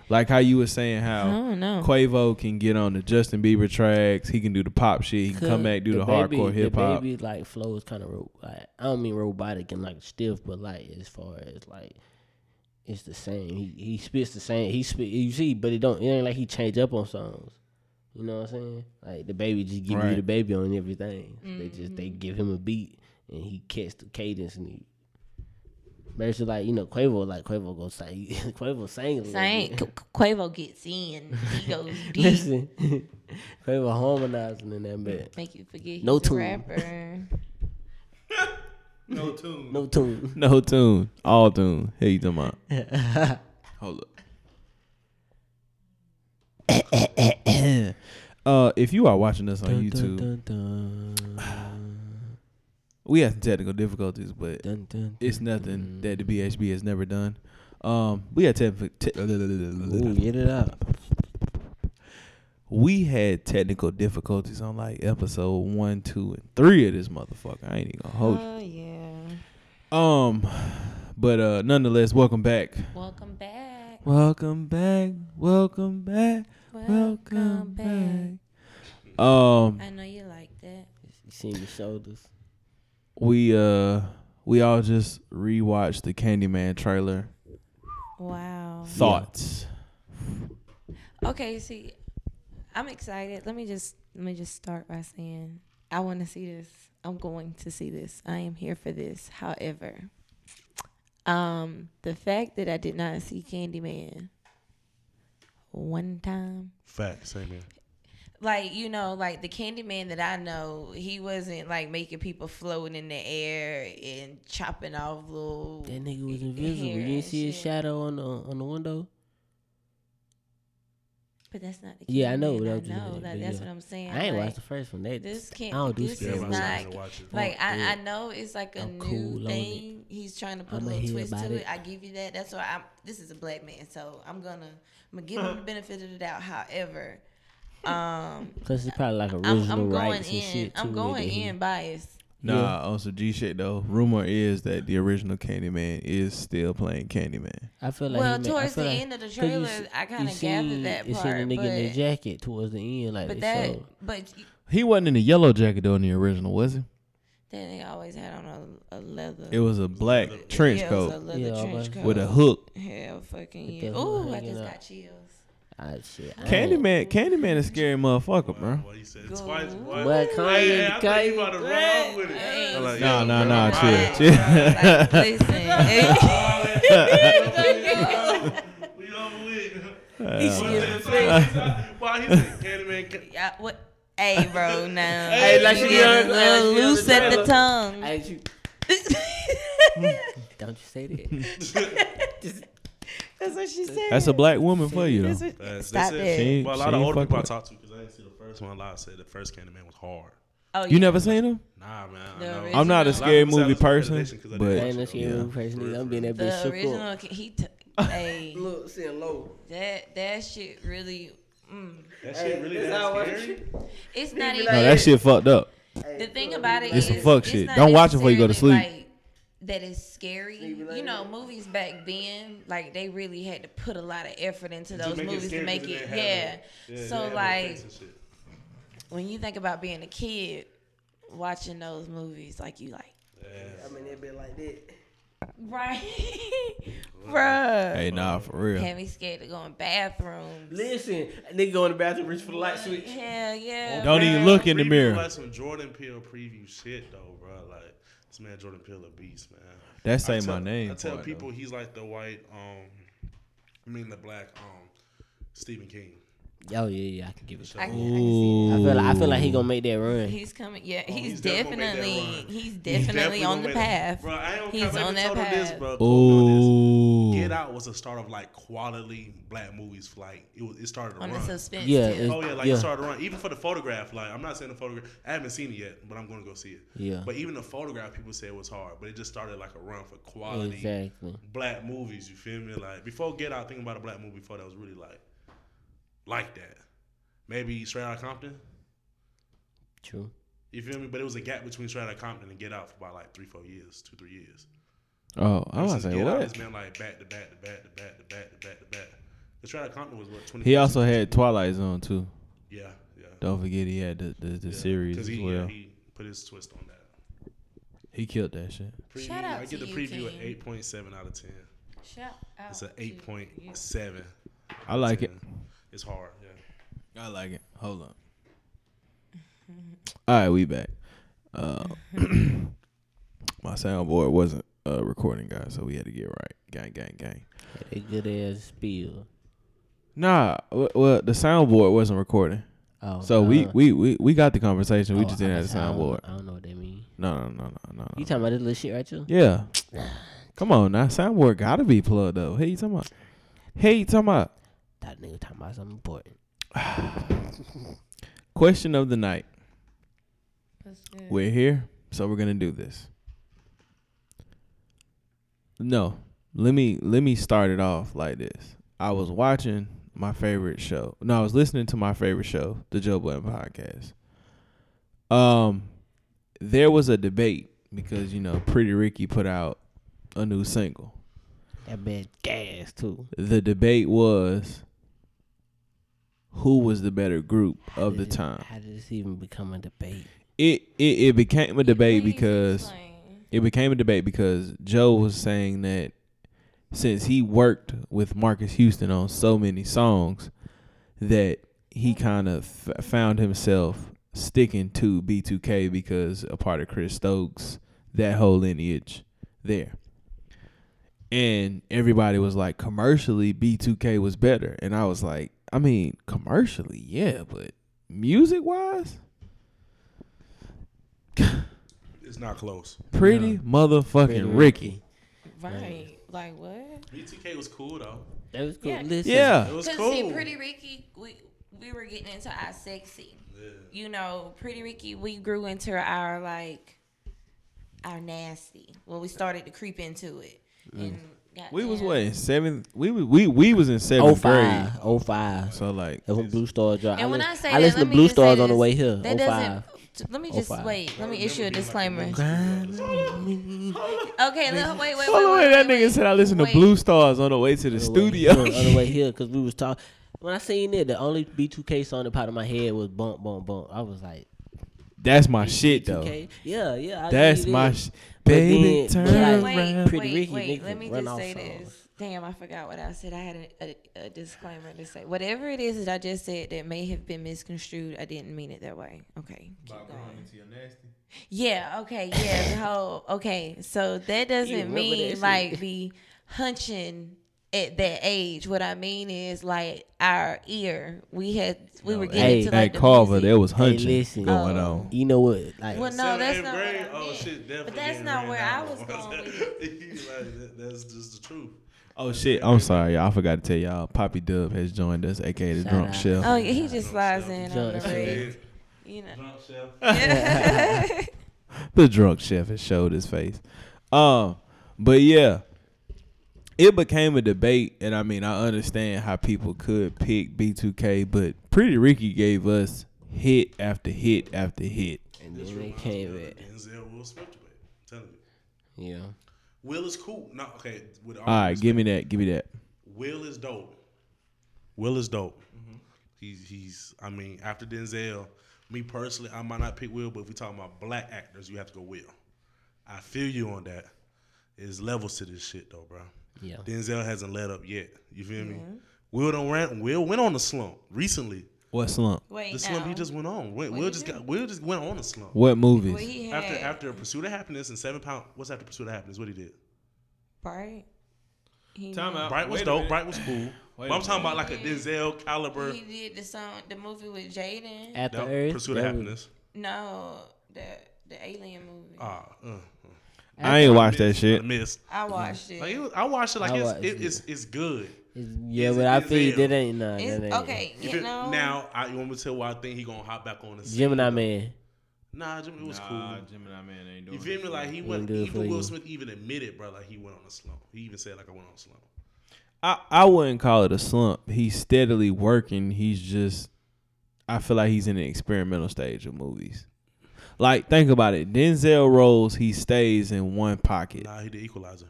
S2: Like how you were saying
S6: I
S2: how
S6: don't know.
S2: Quavo can get on the Justin Bieber tracks, he can do the pop shit, he can come back do the, hardcore hip hop.
S3: Baby like flow is kind of ro- like I don't mean robotic and like stiff, but like as far as like it's the same. He he spits the same. He spit you see, but it don't. It ain't like he change up on songs. You know what I'm saying? Like the baby just give you
S2: Right.
S3: the baby on everything. They just they give him a beat and he catch the cadence and he versus like you know Quavo, like Quavo goes sing, [LAUGHS] Quavo sang a little
S6: Same.
S3: bit.
S6: Qu- Qu- Quavo gets in. He goes
S3: [LAUGHS]
S6: deep.
S3: Listen, [LAUGHS] Quavo harmonizing in that bit.
S6: Make you forget he's
S3: No
S6: a
S3: tune.
S6: rapper.
S8: No tune.
S3: No tune.
S2: [LAUGHS] No tune. All tune. Hey, you talking about?
S3: [LAUGHS]
S2: Hold up. [COUGHS] uh, if you are watching this on YouTube,
S3: Dun, dun, [SIGHS]
S2: we had some technical difficulties, but
S3: dun, dun,
S2: it's nothing that the BHB has never done. Um, we had technical.
S3: dun. Ooh, get it up.
S2: we had technical difficulties on like episode one, two, and three of this motherfucker. I ain't even gonna hold
S6: Oh yeah.
S2: you. Um, [SIGHS] but uh, nonetheless, welcome back.
S6: Welcome back.
S2: Welcome back. Welcome back.
S6: Welcome back.
S2: Um,
S6: I know you like that.
S3: You see your shoulders.
S2: we uh, we all just rewatched the Candyman trailer.
S6: Wow.
S2: Thoughts?
S6: Okay, see, I'm excited. Let me just let me just start by saying I want to see this. I'm going to see this. I am here for this. However, um, the fact that I did not see Candyman one time,
S9: Fact, same here.
S6: like you know, like the Candyman that I know, he wasn't like making people floating in the air and chopping off little.
S3: That nigga was
S6: hair
S3: invisible. You
S6: and
S3: didn't see his
S6: shit.
S3: shadow on the on the window.
S6: But that's not the.
S3: Yeah, I know
S6: Candyman
S3: what
S6: I
S3: I'm doing,
S6: know.
S3: but
S6: Like, that's
S3: yeah.
S6: what I'm saying.
S3: I ain't
S6: like,
S3: watched the first one. That
S6: this can't-
S3: I don't do
S6: this
S3: scary
S6: is
S3: movies.
S6: not-
S9: to watch it.
S6: Like I,
S3: Yeah.
S6: I know it's like a
S3: I'm
S6: new
S3: cool on it.
S6: thing. He's trying to put
S3: I'ma
S6: a little
S3: hear
S6: twist
S3: about
S6: to it.
S3: it.
S6: I give you that. That's why I'm. This is a black man, so I'm gonna I'm gonna give him the benefit of the doubt. However,
S3: [LAUGHS]
S6: um,
S3: Plus, it's probably like
S6: I'm,
S3: original
S6: I'm going
S3: rights and
S6: in.
S3: shit too.
S6: I'm going
S3: that he-
S6: in biased.
S2: Nah, on some G shit though. Rumor is that the original Candyman is still playing Candyman.
S3: I feel like
S6: Well,
S3: he made- I
S6: towards
S3: feel
S6: the
S3: like-
S6: end of the
S3: 'cause you
S6: trailer,
S3: see-
S6: I
S3: you
S6: kinda
S3: see-
S6: gathered that
S3: It showed
S6: part,
S3: a nigga in the
S6: but-
S3: jacket towards the end, like
S6: But
S3: they
S6: that,
S3: showed.
S6: but you-
S2: He wasn't in a yellow jacket though in the original, was he?
S6: then they always had on a, a leather.
S2: It was a black trench
S6: yeah, it was a
S2: coat
S6: leather
S3: Yeah,
S6: trench
S3: but-
S6: coat
S2: with a hook.
S6: Hell, fucking
S3: With
S6: yeah.
S3: the hood
S6: Ooh, I
S3: hanging
S6: just
S3: up.
S6: got chills.
S3: Ah, shit. I ain't-
S2: Candyman, Candyman is scary motherfucker, bro.
S9: Well, you said it's twice.
S6: Go.
S9: Why,
S3: Well,
S9: hey,
S3: Kanye,
S9: I thought you about to
S3: Kanye,
S9: run with
S6: I
S9: it.
S6: ain't
S9: I'm like,
S2: Nah,
S9: yeah,
S2: nah,
S9: bro,
S2: nah,
S9: right.
S2: chill, chill.
S6: Like,
S3: [LAUGHS]
S6: listen. [LAUGHS]
S9: We over with.
S2: [LAUGHS]
S6: Excuse me.
S9: Why he said Candyman? Ca-
S6: Yeah, what? Hey, bro, now.
S3: Hey, like
S6: you
S3: she
S6: getting
S3: done-
S6: a little
S3: like she done
S6: loose at
S3: said.
S6: the tongue.
S3: Hey, you- Don't you say that.
S6: [LAUGHS] That's what she said.
S2: That's a black woman for you
S6: That's
S2: though.
S6: what-
S9: That's,
S6: Stop
S9: that's
S6: it.
S2: She-
S9: it. Well, a lot
S2: she
S9: of
S2: ain't
S9: older
S2: fucking
S9: people I
S2: with-
S9: talked to, because I didn't see the first one, a lot said the first Candyman was hard.
S6: Oh, yeah.
S2: You never seen him?
S9: Nah, man. I
S6: The
S9: know.
S6: original-
S2: I'm not a
S6: It's
S2: scary
S9: A lot of
S2: movie
S9: people said I was
S2: person,
S9: a because I
S2: but
S9: didn't
S3: I
S9: watch
S3: ain't no
S9: it.
S3: shit
S2: Yeah.
S3: movie person. nigga. I'm being that bitch
S6: The
S3: shook
S6: original,
S3: up.
S6: he took. Hey,
S3: Look, seeing low.
S6: that, that shit really. Mm.
S9: That shit really that scary.
S6: It's not even.
S2: No, that shit fucked up.
S6: The thing about it
S2: It's
S6: is,
S2: some fuck shit.
S6: not
S2: Don't watch it before you go to
S6: necessarily,
S2: sleep.
S6: Like, that is scary. You know, movies back then, like they really had to put a lot of effort into
S9: To
S6: those
S9: make it
S6: movies to
S9: scary,
S6: make
S9: 'cause
S6: it.
S9: they
S6: Yeah.
S9: had the- yeah,
S6: So
S9: they had the
S6: like,
S9: effects and shit.
S6: when you think about being a kid, watching those movies, like you like,
S3: I mean, it been like that.
S6: right, [LAUGHS] bruh.
S2: Hey, nah, for real.
S6: Had me scared to go in bathrooms.
S3: Listen, nigga go in the bathroom, reach for the light switch.
S6: Hell
S9: Oh,
S6: yeah.
S2: Don't even look in the
S9: Preview
S2: mirror.
S9: Like some Jordan Peele preview shit though, bro. Like this man Jordan Peele a beast, man.
S2: That
S9: I
S2: say
S9: tell-
S2: my name.
S9: I tell
S2: part,
S9: people he's like the white, um, I mean the black, um, Stephen King.
S3: Oh yeah, yeah, I can give it.
S6: I,
S9: So,
S6: can- I can see
S3: I feel like I feel like he gonna make that
S6: it.
S3: run.
S6: He's coming. Yeah, he's,
S9: Oh, he's definitely gonna make that
S6: definitely,
S9: run.
S6: he's
S9: he's
S6: definitely on
S9: gonna
S6: the
S9: make that-
S6: path.
S9: Bro, I don't
S6: He's
S9: care.
S6: on
S9: I
S6: that
S9: told her this,
S6: path.
S9: bro. Told her this.
S2: Ooh.
S9: Get Out was the start of like quality black movies. For, like it was, it started to
S6: On the
S9: run.
S6: suspense.
S3: Yeah,
S6: tip.
S3: it's-
S9: Oh yeah, like
S3: Yeah.
S9: it started to run. Even for the photograph, like I'm not saying the photograph. I haven't seen it yet, but I'm gonna go see it.
S3: Yeah.
S9: But even the photograph, people say it was hard, but it just started like a run for quality
S3: Exactly.
S9: black movies. You feel me? Like before Get Out, think about a black movie before that was really like like that. Maybe Straight Outta Compton.
S3: True.
S9: You feel me? But it was a gap between Straight Outta Compton and Get Out for about like three, four years, two, three years.
S2: Oh, I
S9: Ever
S2: was
S9: since
S2: gonna say
S9: Get Out, it's
S2: what?
S9: been like back to back to back to back to back to back to back. The Straight Outta Compton was what twenty.
S2: He also had Twilight Zone too.
S9: yeah, yeah.
S2: Don't forget he had the the, the
S9: yeah.
S2: series
S9: 'Cause
S2: as
S9: he,
S2: well.
S9: Yeah,
S2: he,
S9: he put his twist on that.
S2: killed that shit.
S9: Preview,
S6: Shout out
S9: I
S6: to
S9: get the
S6: you, King.
S9: preview at eight point seven out of ten.
S6: Shout out
S9: It's an
S6: to
S9: eight point
S6: you.
S9: seven.
S2: I like it.
S9: It's hard. Yeah.
S2: I like it. Hold on. [CLEARS THROAT] All right, we back. Uh, my soundboard wasn't uh, recording guy, so we had to get right. Gang, gang, gang.
S3: A good ass spill.
S2: Nah, w- well, the soundboard wasn't recording,
S3: Oh,
S2: so we,
S3: uh,
S2: we we we got the conversation. we
S3: oh,
S2: just didn't
S3: I
S2: have the
S3: guess I don't-
S2: soundboard.
S3: I don't know what that mean.
S2: No, no, no, no, no.
S3: You
S2: no.
S3: talking about this little shit right here?
S2: Yeah, come on now. Soundboard gotta be plugged up. Hey, you talking about? Hey, you talking about?
S3: That nigga talking about something important.
S2: Question of the night.
S6: What's good?
S2: We're here, so we're gonna do this. No, let me let me start it off like this. I was watching my favorite show. No, I was listening to my favorite show, the Joe Budden podcast. Um, there was a debate because you know Pretty Ricky put out a new single.
S3: That bitch gas too.
S2: The debate was who was the better group of the time.
S3: How did this even become a debate?
S2: It it, it became a debate
S6: Please
S2: because.
S6: explain.
S2: it became a debate because Joe was saying that since he worked with Marcus Houston on so many songs, that he kind of f- found himself sticking to B2K because a part of Chris Stokes, that whole lineage there. And everybody was like, commercially, B2K was better. And I was like, I mean, commercially, yeah, but music wise,
S9: It's not close.
S2: pretty motherfucking
S3: Pretty
S2: Ricky.
S6: Right. Like what?
S9: BTK was cool though.
S3: That was cool.
S6: Yeah.
S3: Listen,
S2: Yeah.
S9: It was
S6: Because
S9: cool.
S6: see, Pretty Ricky, we we were getting into our sexy. You know, Pretty Ricky, we grew into our like our nasty. Well, we started to creep into it. And got
S2: We was
S6: down.
S2: what in seventh? We was- we we was in
S3: Oh
S2: seventh grade.
S3: five, oh five.
S2: So like,
S3: That's when Blue Star dropped.
S6: And when
S3: li-
S6: I say
S3: I
S6: that,
S3: listen
S6: let
S3: to
S6: me
S3: Blue
S6: just say
S3: Stars on the
S6: this.
S3: way here.
S6: That
S3: oh five.
S6: doesn't. Let me just
S3: 05.
S6: wait. Let me issue a disclaimer. Okay, let, wait, wait, wait,
S2: hold on,
S6: wait,
S2: that
S6: wait,
S2: nigga said I listened to
S6: wait.
S2: Blue Stars on the way to the
S3: On the way
S2: studio.
S3: here, on the way here, because we was talking. When I seen it, the only B2K song that popped in my head was Bump Bump Bump. I was like,
S2: [LAUGHS] That's my shit though.
S3: B2K? Yeah, yeah. I
S2: That's
S3: did
S2: my
S3: it.
S2: sh-
S3: But
S2: baby.
S3: then-
S2: Turn
S3: but like-
S2: around.
S6: Wait,
S3: Pretty
S6: wait,
S3: Ricky,
S6: wait.
S3: nigga,
S6: Let me
S3: run
S6: just
S3: off
S6: say
S3: songs.
S6: this. Damn, I forgot what I said. I had a, a, a disclaimer to say. Whatever it is that I just said that may have been misconstrued, I didn't mean it that way. Okay, keep going. Yeah. Okay. Yeah. The whole. Okay. So that doesn't
S3: remember that
S6: mean
S3: shit.
S6: like be hunching at that age. What I mean is like our ear. We had. We were getting
S3: hey,
S6: to
S2: Hey
S6: like the
S2: Carver,
S6: music.
S2: there was hunching
S3: listen.
S2: going
S6: Oh.
S2: on.
S3: You know what? Like,
S6: Well, no,
S9: Seventh,
S6: that's
S9: eighth
S6: not. What I
S9: grade? Oh
S6: meant.
S9: shit, definitely.
S6: but that's
S9: getting
S6: not
S9: ran
S6: where I
S9: down.
S6: was going with
S9: [LAUGHS]
S6: it.
S9: like, that, that's just the truth.
S2: Oh shit, I'm sorry, y'all. I forgot to tell y'all. Poppy Dub has joined us, aka the
S3: Shout
S2: Drunk
S3: out.
S2: Chef.
S6: Oh, yeah, he just slides in on the
S3: Johnson.
S6: red. You know.
S9: Drunk chef.
S2: the drunk chef has showed his face. Um, but yeah, it became a debate, and I mean, I understand how people could pick B2K, but Pretty Ricky gave us hit after hit after hit.
S3: and then they came back.
S9: Denzel Will Smith debate. I'm telling you.
S3: Yeah.
S9: Will is cool. No, okay. With all,
S2: All right, give me that, give me that.
S9: Will is dope. Will is dope. Mm-hmm. He's he's. I mean, after Denzel, me personally, I might not pick Will, but if we talking about black actors, you have to go Will. I feel you on that. It's levels to this shit though, bro.
S3: Yeah.
S9: Denzel hasn't let up yet. You feel me? Will don't rant. Will went on the slump recently.
S2: What slump?
S6: Wait.
S9: The slump he
S6: now.
S9: just went on. Will, Will just got. Will just went on the slump.
S2: What
S6: Well,
S2: movies?
S6: he had
S9: After after Pursuit of Happiness and Seven Pound. What's after Pursuit of Happiness? What he did?
S6: Bright. He
S9: Bright was dope. Bright was cool. but I'm talking about like a Denzel caliber.
S6: He did the song, the movie with Jaden.
S3: After
S9: No,
S3: Earth.
S9: Pursuit of
S3: that was-
S9: Happiness.
S6: no, the the Alien movie.
S9: Ah, uh,
S2: I ain't watched that
S9: I
S2: shit.
S9: missed.
S6: I watched it.
S9: Like it was, I watched it. Like
S3: I
S9: it's,
S3: watched
S9: it,
S3: it.
S9: it's it's good.
S3: It's- Yeah,
S9: It's-
S3: but I
S9: it's
S3: feel you,
S9: hell.
S3: that ain't nah, that
S6: It's-
S3: ain't.
S6: okay,
S9: You
S6: you
S9: feel-
S6: know.
S9: Now I you want me to tell why I think he gonna hop back on the scene?
S3: Gemini Man.
S9: Nah, Jimmy it was cool.
S2: Gemini Man ain't
S9: You feel me? Like he
S3: Wouldn't
S9: went.
S3: do it for
S9: Even Will
S3: you.
S9: Smith even admitted, bro. Like he went on a slump. He even said like I went on a slump.
S2: I, I wouldn't call it a slump. He's steadily working. He's just, I feel like he's in an experimental stage of movies. Like, think about it. Denzel rolls, he stays in one pocket.
S9: Nah, he did Equalizer.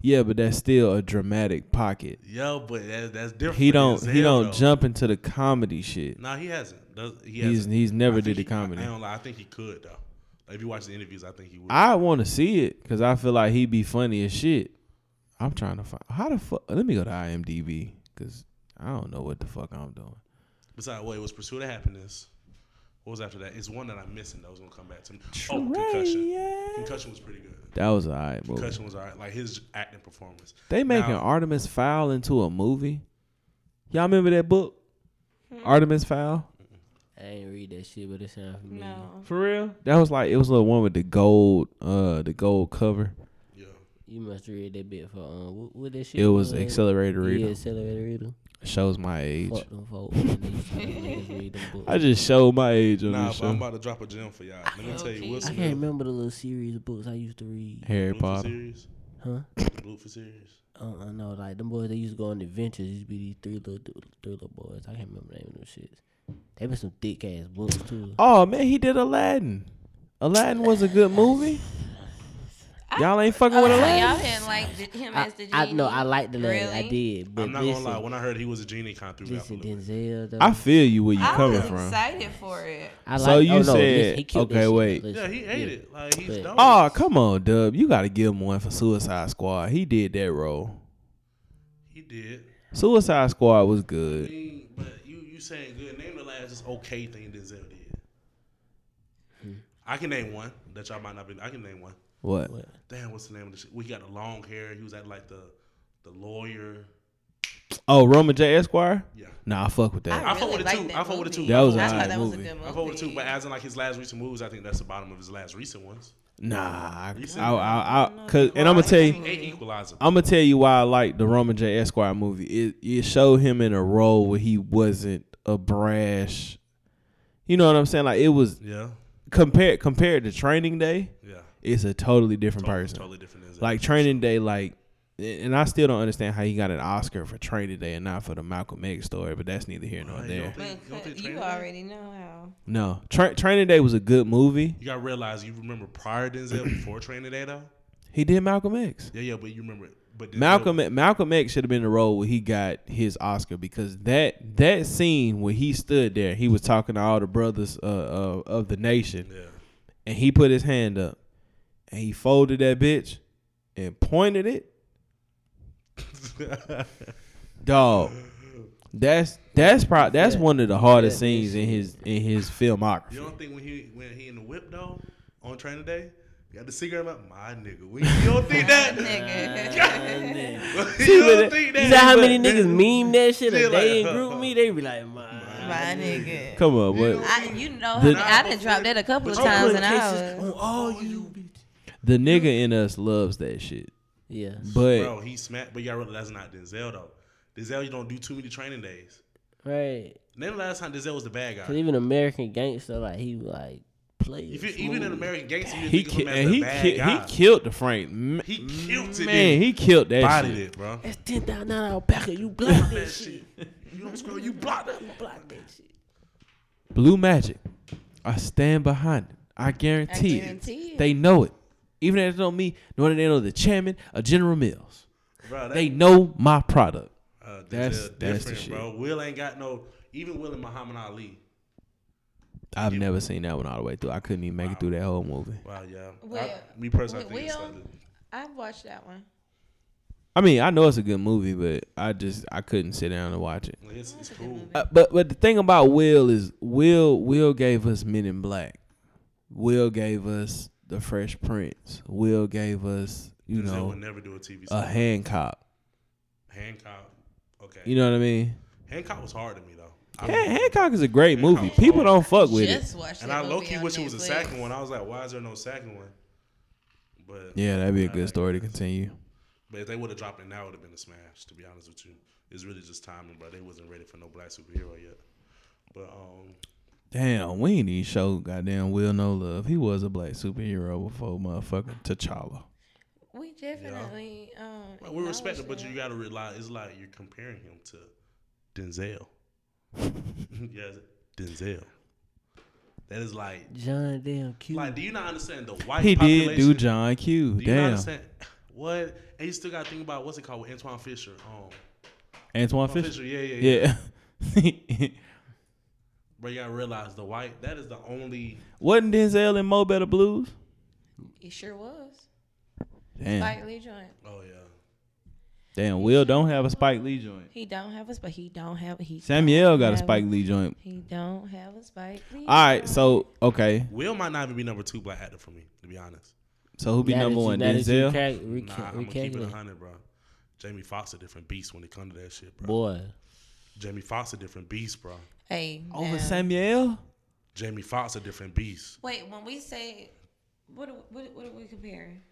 S2: Yeah, but that's still a dramatic pocket.
S9: Yeah, but that, that's different.
S2: He don't
S9: Denzel,
S2: he don't
S9: though.
S2: jump into the comedy shit.
S9: Nah, he hasn't. Does, he
S2: He's
S9: hasn't.
S2: he's never
S9: I think
S2: did
S9: he-
S2: the comedy.
S9: I, I
S2: I,
S9: don't lie. I think he could though. Like, if you watch the interviews, I think he would.
S2: want to see it because I feel like he'd be funny as shit. I'm trying to find how the fuck. Let me go to IMDb because I don't know what the fuck I'm doing.
S9: Besides, well, it was Pursuit of Happiness. What was after that? It's one that I'm missing that was gonna come back to me. Oh, concussion. Concussion was pretty good.
S2: That was alright, movie.
S9: Concussion was alright. Like his acting performance.
S2: They making
S9: Now-
S2: Artemis Fowl into a movie. Y'all remember that book?
S9: Hmm?
S2: Artemis Fowl?
S3: I ain't read that shit, but it sounds familiar.
S6: No.
S2: For real? That was like it was a little one with the gold uh the gold cover.
S9: Yeah.
S3: You must read that bit for um. What, what that shit?
S2: It was accelerator reader.
S3: Yeah, accelerated reader.
S2: Shows my age.
S3: Fuck them
S2: [LAUGHS]
S3: folks. man. They used to make niggas read them books.
S2: I just showed my age on
S9: Nah,
S2: this
S9: but I'm
S2: show.
S9: about to drop a gem for y'all. Let me tell you, Will
S3: I
S9: Smith.
S3: can't remember the little series of books I used to read.
S2: Harry
S9: Blue for
S2: Potter.
S9: serious.
S3: Huh?
S9: Blue for serious.
S3: Uh, I know, like them boys. They used to go on adventures. Used to be these three little du- three little boys. I can't remember the name of them shits. They been some thick ass books too.
S2: Oh man, he did Aladdin. Aladdin was a good movie. Y'all ain't fucking with Aladdin.
S6: y'all didn't like the, him
S3: I,
S6: as the genie.
S3: I know. I liked the name. I
S6: Really?
S3: did, but
S9: I'm not
S3: listen,
S9: gonna lie. When I heard he was a genie, kind of threw me off a
S3: listen,
S9: little
S3: Denzel.
S9: bit.
S3: Though,
S2: I feel you where you
S6: I
S2: coming
S6: was
S2: from.
S6: excited for it.
S3: I
S2: So
S3: like-
S2: you
S3: oh, no,
S2: said-
S3: he killed
S2: okay,
S3: this shit.
S2: wait.
S3: Listen,
S9: Yeah, he ate
S3: yeah.
S9: it. Like he's
S3: But-
S9: dumb.
S2: Oh, come on, Dub. You gotta give him one for Suicide Squad. He did that role.
S9: he did.
S2: Suicide Squad was
S9: I
S2: good.
S9: mean, but you you saying good? Name the last just okay thing Denzel did.
S3: Hmm.
S9: I can name one that y'all might not be. I can name one.
S2: What?
S9: Damn, what's the name of the shit? We got the long hair. He was at like the the lawyer.
S2: Oh, Roman J. Esquire?
S9: Yeah.
S2: Nah, I fuck with that.
S9: I fuck with it
S6: liked
S9: too.
S6: that
S9: I fuck with it
S6: movie.
S9: too.
S2: That was
S6: I
S2: an
S6: thought
S2: alright
S6: that was a
S2: movie.
S6: good movie.
S9: I fuck with it too, but as in like his last recent movies, I think that's the bottom of his last recent ones.
S2: Nah, I,
S9: said-
S2: I, I, I cause, and I'm gonna tell you,
S9: Eight Equalizer.
S2: I'm gonna tell you why I like the Roman J. Esquire movie. It it showed him in a role where he wasn't a brash. You know what I'm saying? Like it was
S9: yeah,
S2: compared compared to Training Day,
S9: yeah.
S2: it's a totally different
S9: It's
S2: person.
S9: totally different. Denzel.
S2: Like Training Day, like, and I still don't understand how he got an Oscar for Training Day and not for the Malcolm X story. But that's neither here nor
S9: Like,
S2: there.
S9: don't think- don't think
S6: You
S9: Training Day-
S6: already know
S9: [LAUGHS]
S6: how.
S2: No, Tra- Training Day was a good movie.
S9: You gotta realize you remember prior Denzel before Training Day though.
S2: He did Malcolm X.
S9: Yeah, yeah, but you remember it. But Denzel-
S2: Malcolm Malcolm X should have been the role where he got his Oscar because that that scene where he stood there, he was talking to all the brothers uh, uh, of the nation,
S9: Yeah,
S2: and he put his hand up and he folded that bitch and pointed
S9: [LAUGHS]
S2: it. Dog, that's that's pro- that's one of the hardest scenes in his in his
S9: you
S2: filmography.
S9: don't think when he when he in the whip though on Training Day, got the cigarette out, my nigga. When you don't think that,
S6: Nigga.
S9: [LAUGHS]
S6: [LAUGHS]
S9: you don't
S2: but-
S9: think
S3: You know
S9: that.
S3: how many niggas meme that shit?
S9: Yeah,
S3: If they
S9: like-
S3: ain't group me, they be like, my.
S6: My
S2: [LAUGHS]
S6: nigga.
S2: Come on, but
S6: I, you know, honey, I done dropped that a couple of times and I was.
S3: on all
S9: Oh,
S3: you. bitches.
S2: the nigga in us loves that shit.
S3: Yeah.
S2: But
S9: Bro, he smacked. But y'all realize that's not Denzel though. Denzel, you don't do too many Training Days.
S3: Right.
S9: Name the last time Denzel was the bad
S3: Cause
S9: guy.
S3: even American Gangster, like he like plays.
S9: If you, even in American Gangster, you
S2: he
S9: think
S2: ki-
S9: of him as
S2: and
S9: the
S2: he
S9: bad
S2: ki- he
S9: guy.
S2: killed the Frank. Man,
S9: He killed it.
S2: man, he killed that
S9: bodied
S2: shit.
S9: it, bro.
S3: That's ten thousand dollar alpaca. You
S9: [LAUGHS]
S3: block that shit.
S9: You don't scroll. You
S2: [LAUGHS]
S9: block that.
S3: You block that shit.
S2: Blue Magic. I stand behind it. I guarantee,
S6: I guarantee
S2: it.
S6: it.
S2: They know it. Even if they don't know me, nor do they know the chairman of General Mills.
S9: Bro, that,
S2: They know my product.
S9: uh,
S2: that's-
S9: that's,
S2: that's
S9: different,
S2: the shit.
S9: bro. Will ain't got no. Even Will and Muhammad Ali.
S2: I've never seen that one all the way through. I couldn't even make it through that whole movie.
S9: Wow, yeah.
S6: Will-
S9: I, me personally, I
S6: Will-
S9: think it's
S6: Will?
S9: like the-
S6: I watched that one.
S2: I mean, I know it's a good movie, but I just I couldn't sit down and watch it.
S9: like, it's, it's cool.
S2: Uh, but but the thing about Will is Will Will gave us Men in Black. Will gave us The Fresh Prince. Will gave us you
S9: Denzel
S2: know
S9: would never do a TV
S2: a
S9: series.
S2: Hancock.
S9: Hancock. Okay.
S2: You know what I mean?
S9: Hancock was hard to me though. I
S2: Han-
S9: remember-
S2: Hancock is a great movie. People don't fuck with it.
S6: Just watched
S9: And
S6: that
S9: I low
S6: movie
S9: key
S6: on
S9: wish it was a
S6: Netflix.
S9: second one. I was like, why is there no second one? But
S2: Yeah, that'd be a good story to continue.
S9: But if they would have dropped it now, it would have been a smash. To be honest with you, it's really just timing, bro. They wasn't ready for no black superhero yet. But um,
S2: Damn, we ain't even show goddamn Will No Love. He was a black superhero before motherfucking T'Challa.
S6: We definitely. Um,
S9: like, we respect it, but
S6: acknowledged
S9: you gotta realize it's like you're comparing him to Denzel. [LAUGHS] yes, Denzel. That is like,
S3: John damn Q.
S9: like, do you not understand the white?
S2: He
S9: population?
S2: did do John Q.
S9: Do you not
S2: Damn.
S9: understand [LAUGHS] what? And you still gotta think about what's it called with Antoine Fisher. Um,
S2: Antoine
S9: Antoine
S2: Fisher.
S9: Fisher. Yeah, yeah, yeah.
S2: Yeah.
S9: But you gotta realize the white. That is the only.
S2: [LAUGHS] Wasn't Denzel in Mo Better Blues?
S6: It It sure was.
S2: Damn.
S6: Spike Lee joint.
S9: Oh yeah.
S2: Damn, Will don't have a Spike Lee joint.
S6: He don't have us, but he don't have he.
S2: Samuel
S6: don't
S2: got a
S6: have
S2: Spike Lee joint.
S6: He don't have a Spike Lee.
S2: All right, so okay,
S9: Will might not even be number two black actor for me, to be honest.
S2: so who be
S3: Now that
S2: number
S3: you-
S2: one?
S3: now that you
S2: Denzel.
S3: calc- reca-
S9: Nah, I'm gonna keep it
S3: recalculate.
S9: 100, bro. Jamie Foxx a different beast when it comes to that shit, bro.
S3: Boy,
S9: Jamie Foxx a different beast, bro.
S6: Hey,
S2: Over
S6: now-
S2: Oh, Samuel.
S9: Jamie Foxx a different beast.
S6: Wait, when we say what are- what what are we comparing?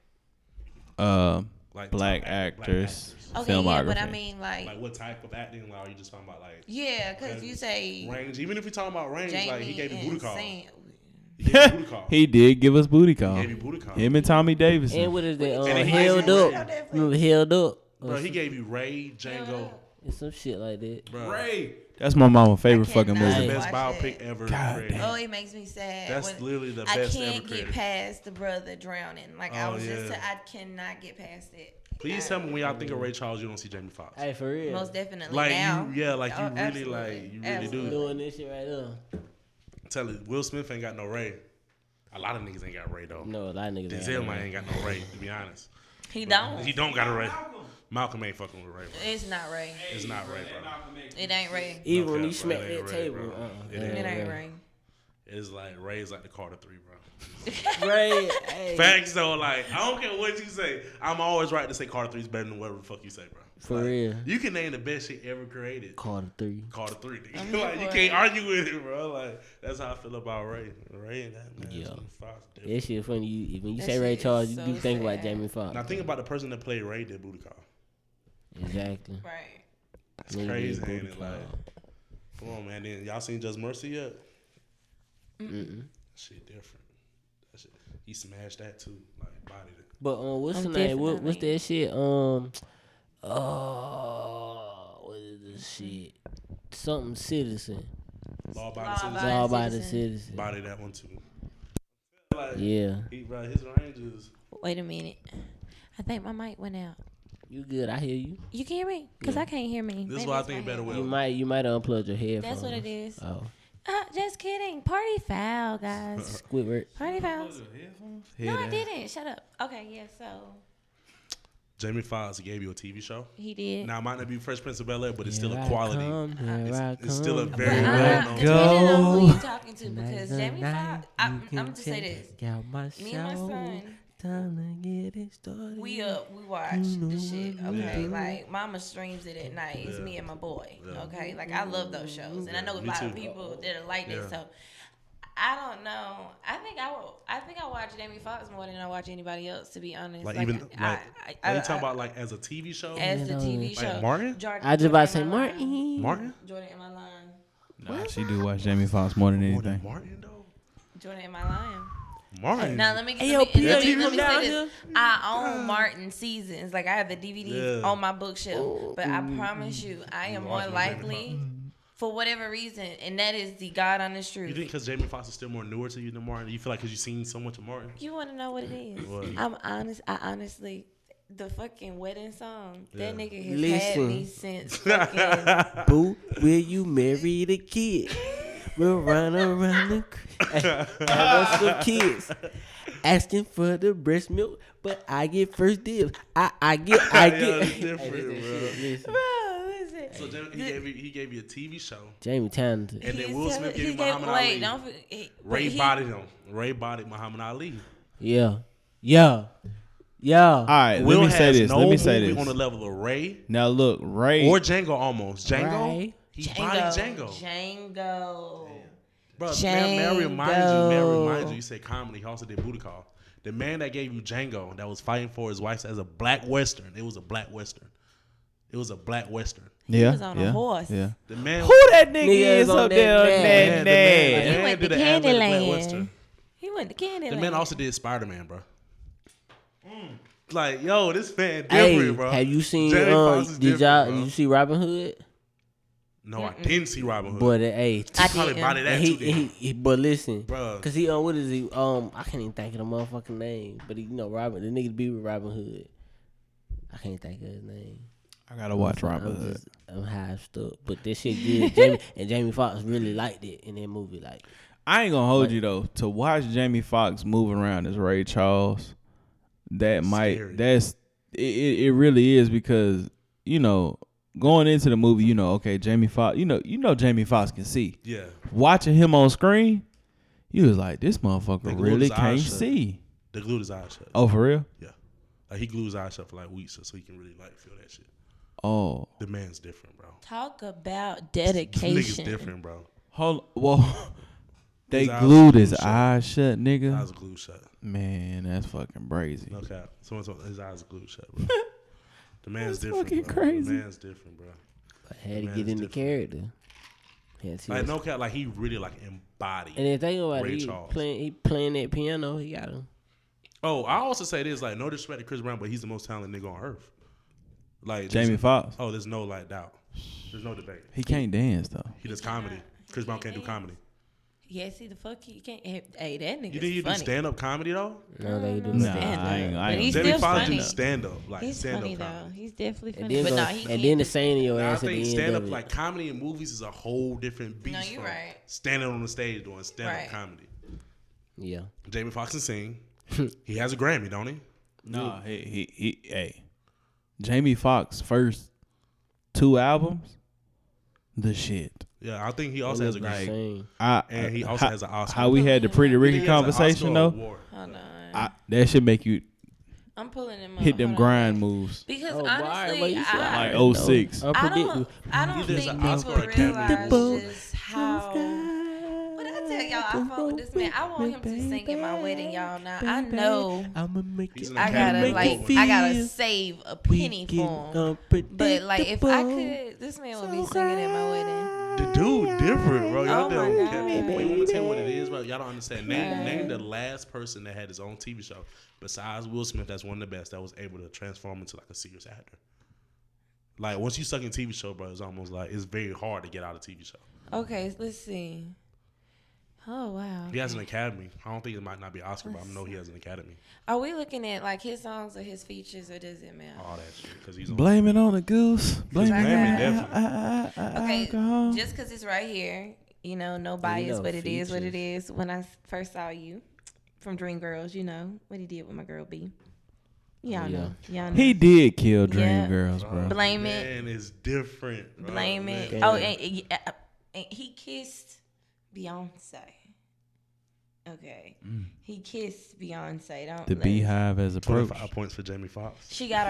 S2: Uh,
S9: Like
S2: black
S9: top act- black
S2: actress
S9: actors.
S6: Okay, yeah,
S2: filmography.
S6: but I mean like,
S9: Like what type of acting? Like are you just talking about like
S6: yeah, because you say
S9: range? Even if you're talking about range,
S6: Jamie
S9: like he gave you
S6: and
S9: booty call. He
S6: Sam.
S9: gave you
S2: [LAUGHS]
S9: booty call.
S2: he did give us booty call.
S9: He gave you booty call.
S2: Him and Tommy Davidson.
S3: and what is that? Um,
S9: then he
S3: held
S9: gave you
S3: up. Remember held up. Or
S9: Bro, he gave you Ray Django.
S3: some- some shit like that.
S9: Bro,
S8: Ray.
S2: That's my mama's favorite
S6: I
S2: fucking
S6: cannot.
S2: movie.
S6: Hey.
S9: best
S6: Watch
S9: biopic
S6: it.
S9: ever.
S2: God
S9: created.
S6: Oh, it makes me sad.
S9: That's
S6: when
S9: literally the
S6: I
S9: best ever
S6: can't get
S9: created.
S6: past the brother drowning. Like I
S9: Oh,
S6: was just,
S9: yeah.
S6: I cannot get past it. Uh,
S9: Please tell me when y'all think of Ray Charles, you don't see Jamie Foxx.
S3: Hey, for real.
S6: Most definitely
S9: Like
S6: now.
S9: you, yeah, like you
S6: Oh,
S9: really,
S6: absolutely.
S9: like you really
S6: Absolutely.
S9: do.
S3: doing this shit right now.
S9: Tell it, Will Smith ain't got no Ray. A lot of niggas ain't got Ray though.
S3: No, a lot of niggas. ain't
S9: Denzel
S3: got
S9: might ain't got no Ray. To be honest,
S6: He don't.
S9: he don't got a Ray. Malcolm ain't fucking with Ray, bro.
S6: It's not Ray.
S9: It's not Ray, bro.
S6: It ain't Ray.
S3: it. Even
S9: No
S3: when
S9: cap,
S3: he
S9: bro.
S3: smacked
S9: It ain't
S3: that
S9: Ray,
S3: table,
S9: bro.
S3: uh,
S9: It
S6: It
S9: ain't
S6: ain't Ray.
S9: It's like Ray's like the Carter Three, bro.
S3: Ray,
S6: [LAUGHS]
S3: hey,
S9: Facts though, like I don't care what you say, I'm always right to say Carter Three is better than whatever the fuck you say, bro.
S3: for real.
S9: You can name the best shit ever created.
S3: Carter three.
S9: Carter Three, nigga.
S6: I'm here
S9: [LAUGHS] like you
S6: for
S9: can't
S6: it.
S9: argue with it, bro. Like that's how I feel about Ray. Ray and that man.
S3: Yeah.
S9: Fox, different.
S3: That shit funny. You when you
S6: That
S3: say Ray
S6: shit is
S3: Charles, you
S6: so
S3: do think about
S6: sad.
S3: Jamie Foxx.
S9: Now think about the person that played Ray did booty call.
S3: Exactly.
S6: Right.
S9: That's
S3: Nigga did
S9: crazy,
S3: booty
S9: ain't it?
S3: call.
S9: Like, come on, man. Then y'all seen Just Mercy yet?
S3: Mm-mm.
S9: Shit different. That shit. He smashed that too, like body.
S3: But um, what's the
S6: I'm
S3: name? What, what's
S6: definitely-
S3: that shit? Um, oh, what is this shit? Something citizen.
S6: Law
S9: Law body,
S3: It's
S6: Body
S9: body.
S3: all by the
S6: Citizen.
S3: citizen.
S9: body that one too. Like,
S3: Yeah,
S9: He, bro, his range is.
S6: Wait a minute. I think my mic went out.
S3: you good? I hear you.
S6: You can hear me? Because I can't hear me.
S9: This is
S6: Maybe
S9: why I
S6: it's
S9: think
S6: my
S9: better
S6: headphones.
S9: way.
S3: You might you might unplug your headphones.
S6: That's what it is.
S3: Oh,
S6: Uh, just kidding. Party foul,
S9: [LAUGHS]
S6: guys.
S3: Squidward.
S6: Party foul. No, I didn't. Shut up. Okay, yeah, so
S9: Jamie Foxx gave you a TV show.
S6: he did.
S9: Now it might not be Fresh Prince of Bel Air, but it's still
S3: Here
S9: a
S3: I
S9: quality.
S3: come, here
S9: It's,
S3: I
S9: it's still a
S3: come.
S6: Uh,
S9: very well known.
S6: depending on who
S3: Go.
S6: you talking to, because Jamie Foxx, I'm, I'm just say this. Me and my son,
S3: Time to get it started.
S6: we uh, up, we watch the shit. Okay, like Mama streams it at night. It's me and my boy. Okay, like I love those shows, and I know a
S9: Me
S6: lot
S9: too.
S6: of people that are like
S9: Yeah.
S6: that. So I don't know. I think I will. I think I watch Jamie Foxx more than I watch anybody else. To be honest,
S9: Like even like,
S6: I, I,
S9: are
S6: I,
S9: you talking
S6: I-
S9: about like as a TV show?
S6: as the
S3: Like
S6: TV show
S9: Martin?
S6: Jordan,
S3: I just about to say
S6: Jordan, am I lying?
S3: Martin.
S9: Martin?
S6: Jordan, am I lying?
S2: Nah, she do watch Jamie Foxx more than
S9: More than
S2: anything.
S9: Martin though.
S6: Jordan, am I lying?
S9: Martin.
S6: Now let me
S3: Hey,
S6: let me,
S3: yo,
S6: let
S3: P,
S6: me, let me
S3: come
S6: say
S3: down
S6: this. I own Martin seasons. Like I have the DVDs
S9: Yeah.
S6: on my bookshelf. But I promise you, I am more
S9: watch my Jamie
S6: likely for whatever reason, and that is the God honest
S9: You think
S6: truth.
S9: because Jamie Foxx is still more newer to you than Martin? You feel like because you've seen so much of Martin?
S6: You want to know what it is?
S9: What?
S6: I'm honest. I honestly, the fucking wedding song. That
S9: Yeah.
S6: nigga has
S3: Listen.
S6: had me since
S9: [LAUGHS]
S6: fucking.
S3: Boo, will you marry the kid? We'll run around the crib, have us some kids, asking for the breast milk, but I get first dibs. I I get I
S9: [LAUGHS] Yeah,
S3: get.
S9: it's different, bro.
S3: Listen,
S6: Bro, listen.
S9: So Jamie, he, gave you, he gave you a TV show,
S3: Jamie talented.
S9: and then
S6: He's
S9: Will
S6: telling-
S9: Smith
S6: he
S9: gave you
S6: gave-
S9: Muhammad
S6: wait,
S9: Ali.
S6: Don't, forget- he,
S9: Ray
S6: but he,
S9: bodied him. Ray bodied Muhammad Ali.
S3: Yeah, yeah, yeah.
S9: Uh,
S2: All right,
S9: Will
S2: let me say
S9: has
S2: this.
S9: no
S2: let me say
S9: movie
S2: this.
S9: on the level of Ray
S2: now look, Ray.
S9: or Django almost. Django.
S3: Ray.
S9: He
S6: Django.
S9: bodied Django.
S6: Django.
S9: Bro, man, Mary reminded you, Mary
S6: Django.
S9: reminded you, you said comedy. He also did Booty Call. The man that gave you Django that was fighting for his wife as a black Western. It was a black Western. It was a black Western.
S2: yeah,
S6: was on a
S2: yeah,
S6: horse.
S2: Yeah.
S9: The man,
S2: Who that nigga
S3: Niggas
S2: is
S3: on
S2: up
S3: that
S2: there on
S3: man.
S2: that
S9: man, the man, the
S2: neck?
S9: man
S6: went
S9: did
S6: to
S9: an ad lib black
S6: Candyland.
S9: Western.
S6: He went to Candyland.
S9: The man also did Spider Man, bro. Like, yo, this man different,
S3: Hey,
S9: bro.
S3: have you seen?
S9: Jamie
S3: Um,
S9: Foxx is
S3: did
S9: different,
S3: y'all
S9: bro.
S3: you see Robin Hood?
S9: No, I didn't see Robin Hood.
S3: Boy, that hey,
S6: I
S9: probably
S6: didn't.
S9: body that
S3: And he,
S9: too. then.
S3: he, he, but listen,
S9: Bruh.
S3: cause he um, what is he? Um, I can't even think of the motherfucking name. But he, you know, Robin, the nigga be with Robin Hood. I can't think of his name.
S2: I gotta watch Robin
S3: I'm
S2: Hood.
S3: just, I'm hyped up. But this shit good. [LAUGHS] Jamie, and Jamie Foxx really liked it in that movie. Like,
S2: I ain't gonna hold you though. To watch Jamie Foxx move around as Ray Charles, that might
S9: Scary.
S2: that's it, it. It really is because you know, going into the movie, you know, okay, Jamie Foxx, you know, you know Jamie Foxx can see.
S9: Yeah.
S2: Watching him on screen, you was like, this motherfucker
S9: glued
S2: really
S9: his eyes
S2: can't
S9: shut.
S2: see.
S9: They glued his eyes shut.
S2: Oh, for real?
S9: Yeah. Like he glued his eyes shut for like weeks so, so he can really like feel that shit.
S2: Oh,
S9: The man's different, bro.
S6: Talk about
S9: This nigga's
S6: dedication.
S9: different, bro.
S2: hold. Well, [LAUGHS] they
S9: His eyes
S2: glued
S9: was
S2: his
S9: glued shut.
S2: eyes shut, nigga.
S9: Eyes glued shut.
S2: Man, that's fucking crazy.
S9: No cap. Someone told his eyes glued shut,
S6: [LAUGHS]
S9: bro. The man's
S2: That's
S9: different.
S2: fucking
S9: bro.
S2: crazy.
S9: The man's different, bro.
S3: I had to
S9: Man,
S3: get
S9: it's
S3: in the
S9: different.
S3: character. Yeah, see
S9: Like
S3: what's-
S9: no cap, like he really like embodied.
S3: And then think about
S9: Ray
S3: it, he
S9: Charles.
S3: playing, he playing that piano. He got him.
S9: Oh, I also say this, like, no disrespect to Chris Brown, but he's the most talented nigga on earth. Like there's-
S2: Jamie Foxx.
S9: Oh, there's no like doubt. There's no debate.
S2: He can't dance though.
S9: He does comedy. Chris Brown can't do comedy.
S6: Yeah, see the fuck he can't. Hey, that nigga.
S9: You think he do
S6: funny.
S9: stand up comedy though?
S3: No, they do
S2: Nah,
S3: not.
S2: I ain't. I
S6: But
S2: ain't
S6: he's
S9: Jamie
S6: still
S9: Foxx do
S6: funny.
S9: stand up, like
S6: He's
S9: stand
S6: funny
S9: up
S6: though.
S9: comedy.
S6: He's definitely
S3: And
S6: funny.
S3: then,
S6: But
S3: go,
S6: no, he
S3: and
S6: can't.
S3: then the
S6: do-
S3: saying in your
S9: Now, I
S3: ass at the
S9: think
S3: end
S9: stand
S3: of
S9: up
S3: it.
S9: like comedy and movies is a whole different beast.
S6: you
S9: from
S6: right.
S9: Standing on the stage doing stand up
S6: Right.
S9: comedy.
S3: yeah,
S9: Jamie Foxx can sing. [LAUGHS] he has a Grammy, don't he?
S2: No, he he he. Hey, Jamie Foxx first two albums, the shit.
S9: Yeah, I think he also
S3: It
S9: has a
S3: look the
S9: Grammy.
S3: same. Uh,
S2: I
S9: And he also
S2: how-
S9: has an Oscar.
S2: How we had the pretty
S9: He
S2: Ricky
S9: has an
S2: conversation
S9: Oscar
S2: though.
S9: award.
S6: Hold on.
S2: I, that should make you
S6: I'm pulling him up.
S2: hit them
S6: Hold on.
S2: grind moves.
S6: Because
S3: Oh, why?
S6: honestly,
S3: Why you feel
S6: I,
S2: Like 06.
S6: I
S3: Unpredictable.
S6: don't, I don't
S9: Neither is
S6: think
S9: an Oscar
S6: people
S9: Predictable.
S6: realize just how. What I tell y'all, I fuck with this man. I want him to sing at my wedding, y'all. Now I know
S1: I'ma make
S9: He's an
S6: I gotta
S9: Academy
S6: like,
S9: Award winner.
S6: I gotta save a penny for him. But like, if I could, this man would be singing at my wedding.
S9: The dude different, bro. Y'all
S6: Oh
S9: don't
S6: my
S9: care.
S6: God,
S9: Wait, I'm gonna tell you what it is, bro. Y'all don't understand. Name, name the last person that had his own TV show besides Will Smith. That's one of the best that was able to transform into like a serious actor. Like once you suck in TV show, bro, it's almost like it's very hard to get out of TV show.
S6: Okay, let's see. Oh wow.
S9: He has an Academy. I don't think it might not be Oscar, but I know he has an Academy.
S6: Are we looking at like his songs or his features, or does it matter?
S9: All that shit because he's on.
S2: Blame it on the goose. Blame
S9: Blame
S2: it.
S9: it,
S6: Okay.
S9: definitely.
S6: Okay,
S2: alcohol.
S6: just because it's right here, you know, no bias,
S3: know,
S6: but it is what it is. When I s- first saw you from Dream Girls, you know what he did with my girl B. Y'all know, y'all know.
S2: He did kill Dream
S6: Yeah.
S2: Girls, bro.
S6: blame it,
S9: Man, it's different. bro.
S6: blame
S9: Man.
S6: it. Oh, and, and- yeah, and he kissed Beyonce. Okay, he kissed Beyonce. Don't
S2: The
S6: let-
S2: Beehive as approach.
S9: Twenty-five points for Jamie Foxx.
S6: She got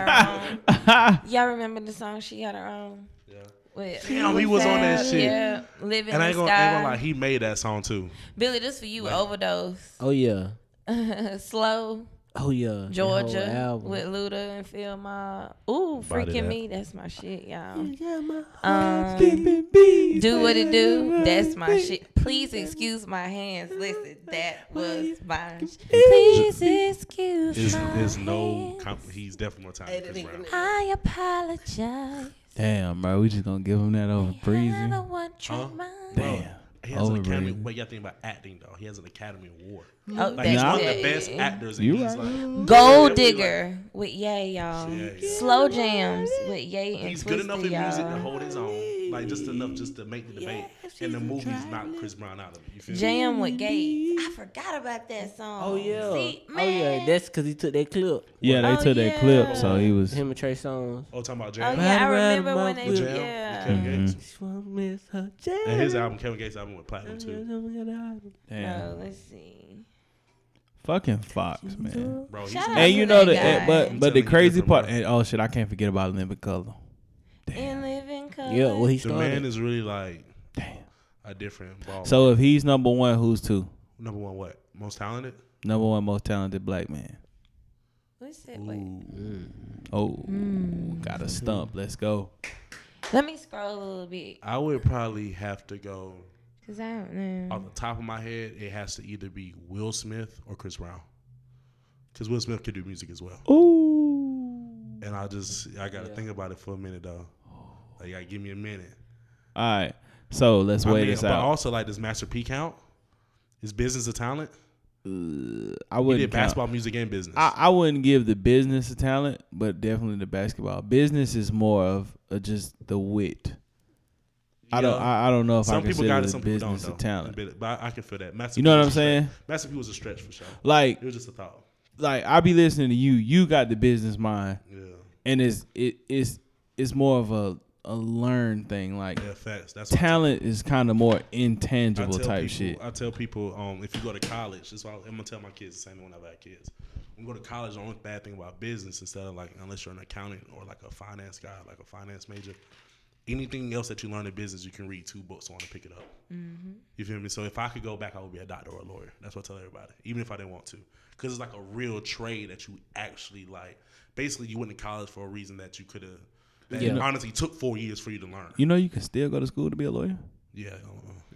S9: [LAUGHS]
S6: her own. y'all remember the song? She got her own.
S9: Yeah.
S6: With,
S9: Damn, he was on that shit.
S6: Yeah, living
S9: And I
S6: in
S9: ain't
S6: the
S9: gonna, ain't gonna
S6: sky.
S9: lie, he made that song too.
S6: Billy, this for you. Overdose. [LAUGHS]
S3: Oh yeah.
S6: Slow
S3: Oh yeah. That whole
S6: Georgia
S3: album.
S6: with Luda and Phil Mob. Ooh,
S9: Body
S6: freaking
S9: that.
S6: me. That's my shit, y'all.
S3: Yeah, my-
S6: Um, do what it do. That's my shit. Please excuse my hands. Listen, that was my. sh- Please excuse
S9: There's,
S6: my
S9: there's no,
S6: hands.
S9: comp- he's definitely more talented than Chris Brown.
S6: I apologize.
S2: Damn, bro. We just gonna give him that over breezy.
S6: Another one trick
S9: Huh?
S6: mind.
S9: Bro,
S2: Damn.
S9: He has an Academy.
S2: Overrated.
S9: But you got to think about acting though. He has an Academy Award.
S6: Oh,
S9: Like he's one of
S6: that's
S9: the
S6: it.
S9: best actors. And
S2: You
S9: he's
S2: right.
S9: like
S6: Gold
S9: definitely, like-
S6: Digger with Yay, y'all.
S9: Yeah, yeah.
S6: Slow jams with Yay and
S9: He's good enough in
S6: Twisted,
S9: music to
S6: y'all.
S9: hold his own, like just enough just to make the debate. and the movies knock Chris Brown out of it. You feel me?
S6: Jam with Gates. I forgot about that song.
S3: Oh yeah.
S6: See,
S3: oh yeah.
S6: man.
S3: That's because he took that clip.
S2: Yeah, they
S6: Oh,
S2: took that clip,
S6: yeah.
S2: so he was.
S3: Him and Trey Songz.
S9: Oh, talking about
S6: Oh
S9: Jam.
S6: yeah, I
S3: Ride around
S6: remember
S3: my
S6: when they
S3: wheel.
S9: Jam with Kevin
S6: yeah.
S9: Gates.
S2: Mm-hmm.
S3: She won't miss her
S9: And his
S3: jam.
S9: album, Kevin Gates' album, went platinum
S3: Mm-hmm.
S9: too.
S2: Damn.
S6: Oh, let's see.
S2: Fucking Fox, man.
S9: Bro, he's
S6: Shout out
S2: And
S6: to
S2: you know
S6: that
S2: the
S6: guy.
S2: eh, but but
S9: Telling
S2: the
S9: you
S2: crazy
S9: different,
S2: part.
S9: bro.
S2: And, oh shit, I can't forget about Olympic Color.
S6: In living color.
S3: Yeah, well he
S9: the man
S3: started.
S9: is really like
S2: Damn.
S9: a different ball.
S2: So if he's number one, who's two?
S9: number one, what most talented?
S2: Number one most talented black man.
S6: What's that? Wait.
S2: Oh,
S6: Hmm.
S2: got a stump. Let's go.
S6: Let me scroll a little bit
S9: I would probably have to go
S6: because I don't know. [LAUGHS]
S9: off the top of my head. It has to either be Will Smith or Chris Brown, because Will Smith could do music as well.
S2: Ooh.
S9: And I just I gotta think about it for a minute though. Like, you gotta give me a minute.
S2: All right. So let's
S9: I
S2: weigh
S9: mean,
S2: this
S9: but
S2: out.
S9: also like does Master P count? Is business a talent?
S2: I
S9: He
S2: wouldn't
S9: did
S2: count-
S9: basketball, music, and business.
S2: I, I wouldn't give the business a talent, but definitely the basketball. Business is more of uh, just the wit. I don't.
S9: Yeah.
S2: I, I don't know if I
S9: some people
S2: consider
S9: got it,
S2: the
S9: some people don't.
S2: business a
S9: Though.
S2: talent.
S9: But I, I can feel that. Master
S2: You know
S9: P
S2: what
S9: was
S2: I'm
S9: a
S2: saying?
S9: stretch. Master P was a stretch for sure.
S2: Like,
S9: It was just a thought.
S2: like I be listening to you. You got the business mind,
S9: Yeah.
S2: and it's it, it's it's more of a a learned thing. Like
S9: Yeah, facts. That's what I tell-
S2: talent is kind of more
S9: I
S2: intangible
S9: tell
S2: type
S9: people,
S2: shit.
S9: I tell people, um, if you go to college, that's why I'm gonna tell my kids the same thing when I have kids. When you go to college, the only bad thing about business instead of like unless you're an accountant or like a finance guy, like a finance major, anything else that you learn in business, you can read two books on and pick it up. You feel me? So if I could go back, I would be a doctor or a lawyer. That's what I tell everybody, even if I didn't want to, because it's like a real trade that you actually like. Basically, you went to college for a reason that you could have. That
S3: Yeah.
S9: honestly took four years for you to learn.
S2: You know, you can still go to school to be a lawyer.
S9: Yeah. I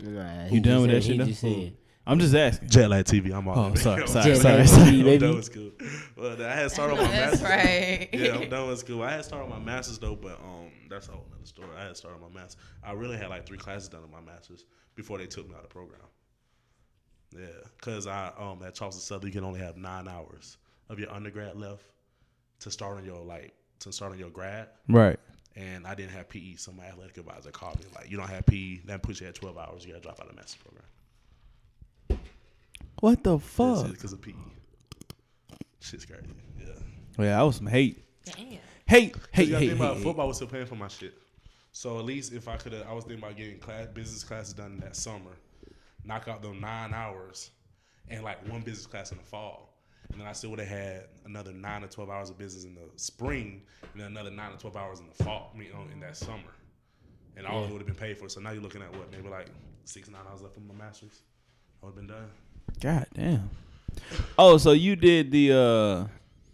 S9: don't know.
S3: Nah,
S2: You done with that shit?
S3: he just
S2: though?
S3: saying.
S2: I'm just asking.
S9: Jet lag TV. [LAUGHS] I'm all.
S2: Oh, sorry, sorry,
S3: Jet
S2: sorry,
S3: lag
S2: sorry.
S3: TV,
S9: That
S3: baby.
S9: was cool. But I had started on my
S10: That's
S9: master's.
S10: right.
S9: Yeah, I'm done with school. I had started my master's though, but um, that's a whole another story. I had started my master's. I really had like three classes done in my master's before they took me out of the program. Yeah, cause I um at Charleston Southern you can only have nine hours of your undergrad left to start on your like to start on your grad,
S2: Right.
S9: and I didn't have PE. So my athletic advisor called me like, you don't have PE, that puts you at twelve hours. You gotta drop out of the master's program.
S2: What the
S9: That's
S2: fuck?
S9: it, Cause of PE. Shit's crazy. Yeah.
S2: Yeah, that was some hate.
S6: [LAUGHS] Damn.
S2: Hate,
S9: Hey,
S2: hate,
S9: you gotta
S2: hate.
S9: think about
S2: hate,
S9: it,
S2: hate.
S9: football was still paying for my shit. So at least if I could have, I was thinking about getting class, business classes done that summer, knock out them nine hours, and like one business class in the fall. And then I still would have had another nine to 12 hours of business in the spring, and then another nine to 12 hours in the fall, I mean, um, in that summer. And all it would have been paid for. So now you're looking at what, maybe like six, nine hours left for my master's? I would have been done.
S2: God damn. Oh, so you did the uh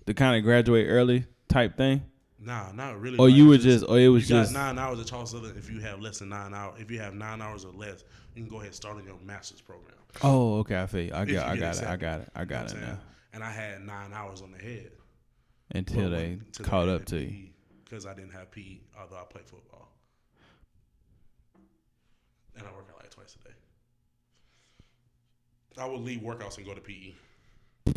S2: the kind of graduate early type thing?
S9: Nah, not really.
S2: Or
S9: like,
S2: Oh, you were just or it was
S9: You
S2: just
S9: got nine hours at Charles Southern. If you have less than nine hours, if you have nine hours or less, you can go ahead and start on your master's program.
S2: Oh, okay, I feel you. I
S9: If you
S2: got I
S9: get
S2: got it. I
S9: accepted.
S2: got it. I
S9: You know
S2: got
S9: what
S2: it
S9: I'm
S2: now.
S9: saying? And I had nine hours on the head
S2: Until they caught up to
S9: E.
S2: you.
S9: because I didn't have PE, although I play football, and I work out like twice a day. I would leave workouts and go to PE. [LAUGHS]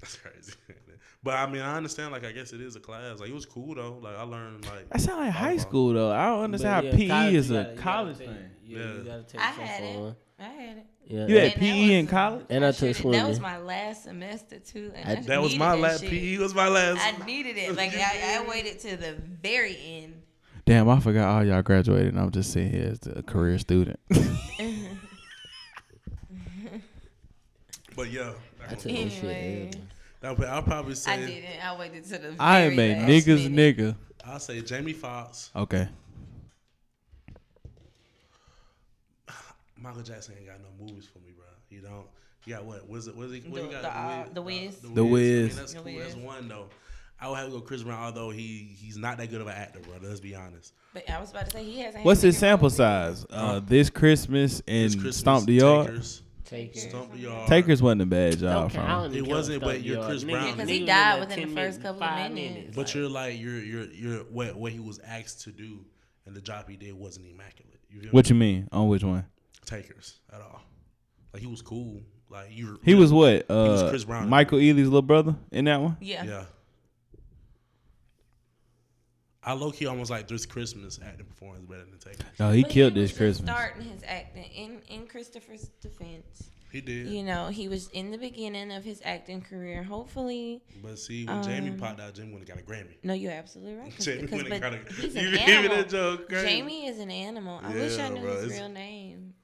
S9: That's crazy. [LAUGHS] but I mean, I understand. Like, I guess it is a class. Like, it was cool though. Like, I learned like
S2: That sound like high
S9: Football.
S2: school though. I don't
S3: But
S2: understand
S3: yeah,
S2: how PE
S3: college,
S2: is
S3: you
S2: a
S3: gotta- you gotta
S2: college
S3: take-
S2: thing.
S3: Yeah,
S9: Yeah.
S3: you gotta take
S6: I
S3: some
S6: had it.
S3: fun.
S6: I had it.
S3: Yeah,
S2: You had
S6: And that was-
S2: PE in
S3: [LAUGHS]
S2: college?
S3: and I took
S6: Shit, that was
S3: swimming.
S6: my last semester too. And I
S9: that was
S6: needed
S9: my
S6: that
S9: last
S6: shit.
S9: PE. Was my last.
S6: I needed it. Like I, I waited to the very end.
S2: Damn, I forgot all y'all graduated and I'm just sitting here as a career student.
S9: But
S3: I
S9: yeah, that was-
S2: Oh,
S3: took this
S6: Anyway.
S3: shit. early.
S9: that would- I'll probably
S6: I
S9: say
S6: didn't. I waited to the.
S2: [LAUGHS] I
S6: very
S2: am a
S6: last
S2: niggas
S6: minute.
S2: nigga.
S9: I'll say Jamie Foxx,
S2: Okay.
S9: Michael Jackson ain't got no movies for me, bro. You don't. You got what? Was it? Was he? What
S6: The-
S9: you got?
S6: the, uh, The Wiz.
S2: The
S9: I
S2: Wiz.
S9: mean, that's
S6: The
S9: cool. That's
S6: Wiz.
S9: one though. I would have to go Chris Brown, although he he's not that good of an actor, bro. Let's be honest.
S6: But I was about to say he hasn't. had
S2: What's his
S6: second
S2: sample
S6: movie.
S2: size?
S9: Huh?
S2: Uh, this Christmas and
S9: It's Christmas,
S2: Stomp the Yard.
S9: Takers,
S3: Take it.
S9: Stomp the Yard.
S2: Takers wasn't a bad job
S3: Don't count.
S2: from
S3: I
S2: him.
S3: don't even
S9: It wasn't,
S3: count
S9: but
S3: Stump
S9: you're
S3: Yard.
S9: Chris
S3: Nigga,
S9: Brown.
S3: nigga
S9: Because
S6: he
S3: was
S6: died
S3: like
S6: within
S3: 10
S6: the first
S3: minutes,
S6: couple of
S3: five
S6: minutes.
S9: But you're like you're you're you're what what he was asked to do, and the job he did wasn't immaculate. You feel
S2: What
S9: me?
S2: you mean? On which one?
S9: Takers at all? Like he was cool. Like you.
S2: He was what? Uh,
S9: was Chris Brown.
S2: Michael Ealy's little brother in that one.
S6: Yeah.
S9: Yeah. I low key almost like this Christmas acting performance better than Taylor.
S2: No, he
S6: But
S2: killed
S6: was
S2: this
S6: just
S2: Christmas.
S6: Starting his acting in in Christopher's defense,
S9: He did.
S6: you know, he was in the beginning of his acting career. Hopefully,
S9: But see, when
S6: Um,
S9: Jamie popped out, Jamie wouldn't got a Grammy.
S6: no, you're absolutely right. 'cause-
S9: Jamie
S6: because-
S9: wouldn't got a
S6: but he's
S9: [LAUGHS] You
S6: an
S9: believe in that
S6: animal.
S9: joke, crazy.
S6: Jamie is an animal. I wish
S9: Yeah,
S6: I knew
S9: bro,
S6: his
S9: it's-
S6: real name.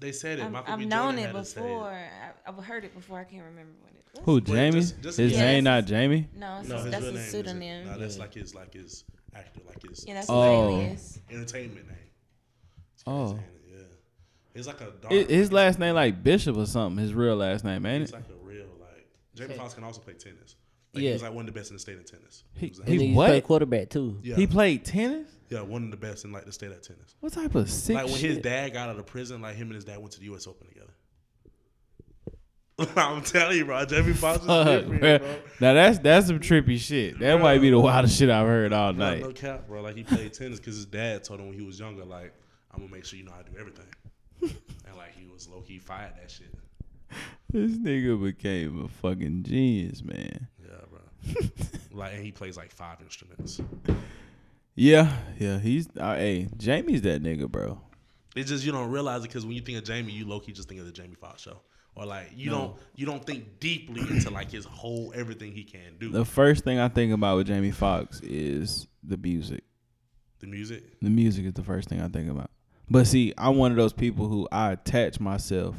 S9: They said it.
S6: I'm-
S9: Michael
S6: I've
S9: B.
S6: known
S9: Jordan
S6: it
S9: had to say
S6: before. I, I've heard it before. I can't remember what it was.
S2: Who?
S9: Wait,
S2: Jamie?
S9: just- just
S2: his
S9: guess.
S2: name not Jamie.
S6: No, it's
S9: No,
S6: just-
S9: his
S6: that's
S9: real
S6: a
S9: name. is it?
S6: pseudonym.
S9: No, that's like his like his actor, like his
S6: yeah, that's
S2: Oh.
S6: his alias.
S9: entertainment name.
S2: Oh,
S9: Yeah, it's like a dark.
S2: It- his last name like Bishop or something. His real last name, ain't
S9: It's
S2: it?
S9: like a real like. Jamie
S3: Okay.
S9: Foxx can also play tennis. Like, He
S3: Yeah.
S9: was like one of the best in the state of tennis.
S2: He-
S9: was, like,
S2: he-
S3: Nigga, you
S2: what?
S3: play quarterback too.
S9: yeah,
S2: He played tennis.
S9: yeah, one of the best in like the state of tennis.
S2: What type of sick
S9: Like when
S2: shit? [LAUGHS]
S9: his dad got out of prison, like him and his dad went to the U.S. Open together. [LAUGHS] I'm telling you, bro. Jamie Foxx is
S2: Fuck,
S9: different,
S2: bruh.
S9: bro.
S2: Now that's that's some trippy shit. That might be the wildest shit I've heard all
S9: Nah,
S2: night.
S9: No cap, bro. Like he played tennis because his dad told him when he was younger, like I'm gonna make sure you know how to do everything. and like he was low key fired that shit.
S2: This nigga became a fucking genius, man.
S9: Yeah, bro. [LAUGHS] like and he plays like five instruments.
S2: Yeah, yeah. He's uh, hey, Jamie's that nigga, bro.
S9: It's just you don't realize it because when you think of Jamie, you low key just think of the Jamie Foxx show. Or like you don't you don't think deeply into like his whole everything he can do.
S2: The first thing I think about with Jamie Foxx is the music.
S9: The music.
S2: The music is the first thing I think about. But see, I'm one of those people who I attach myself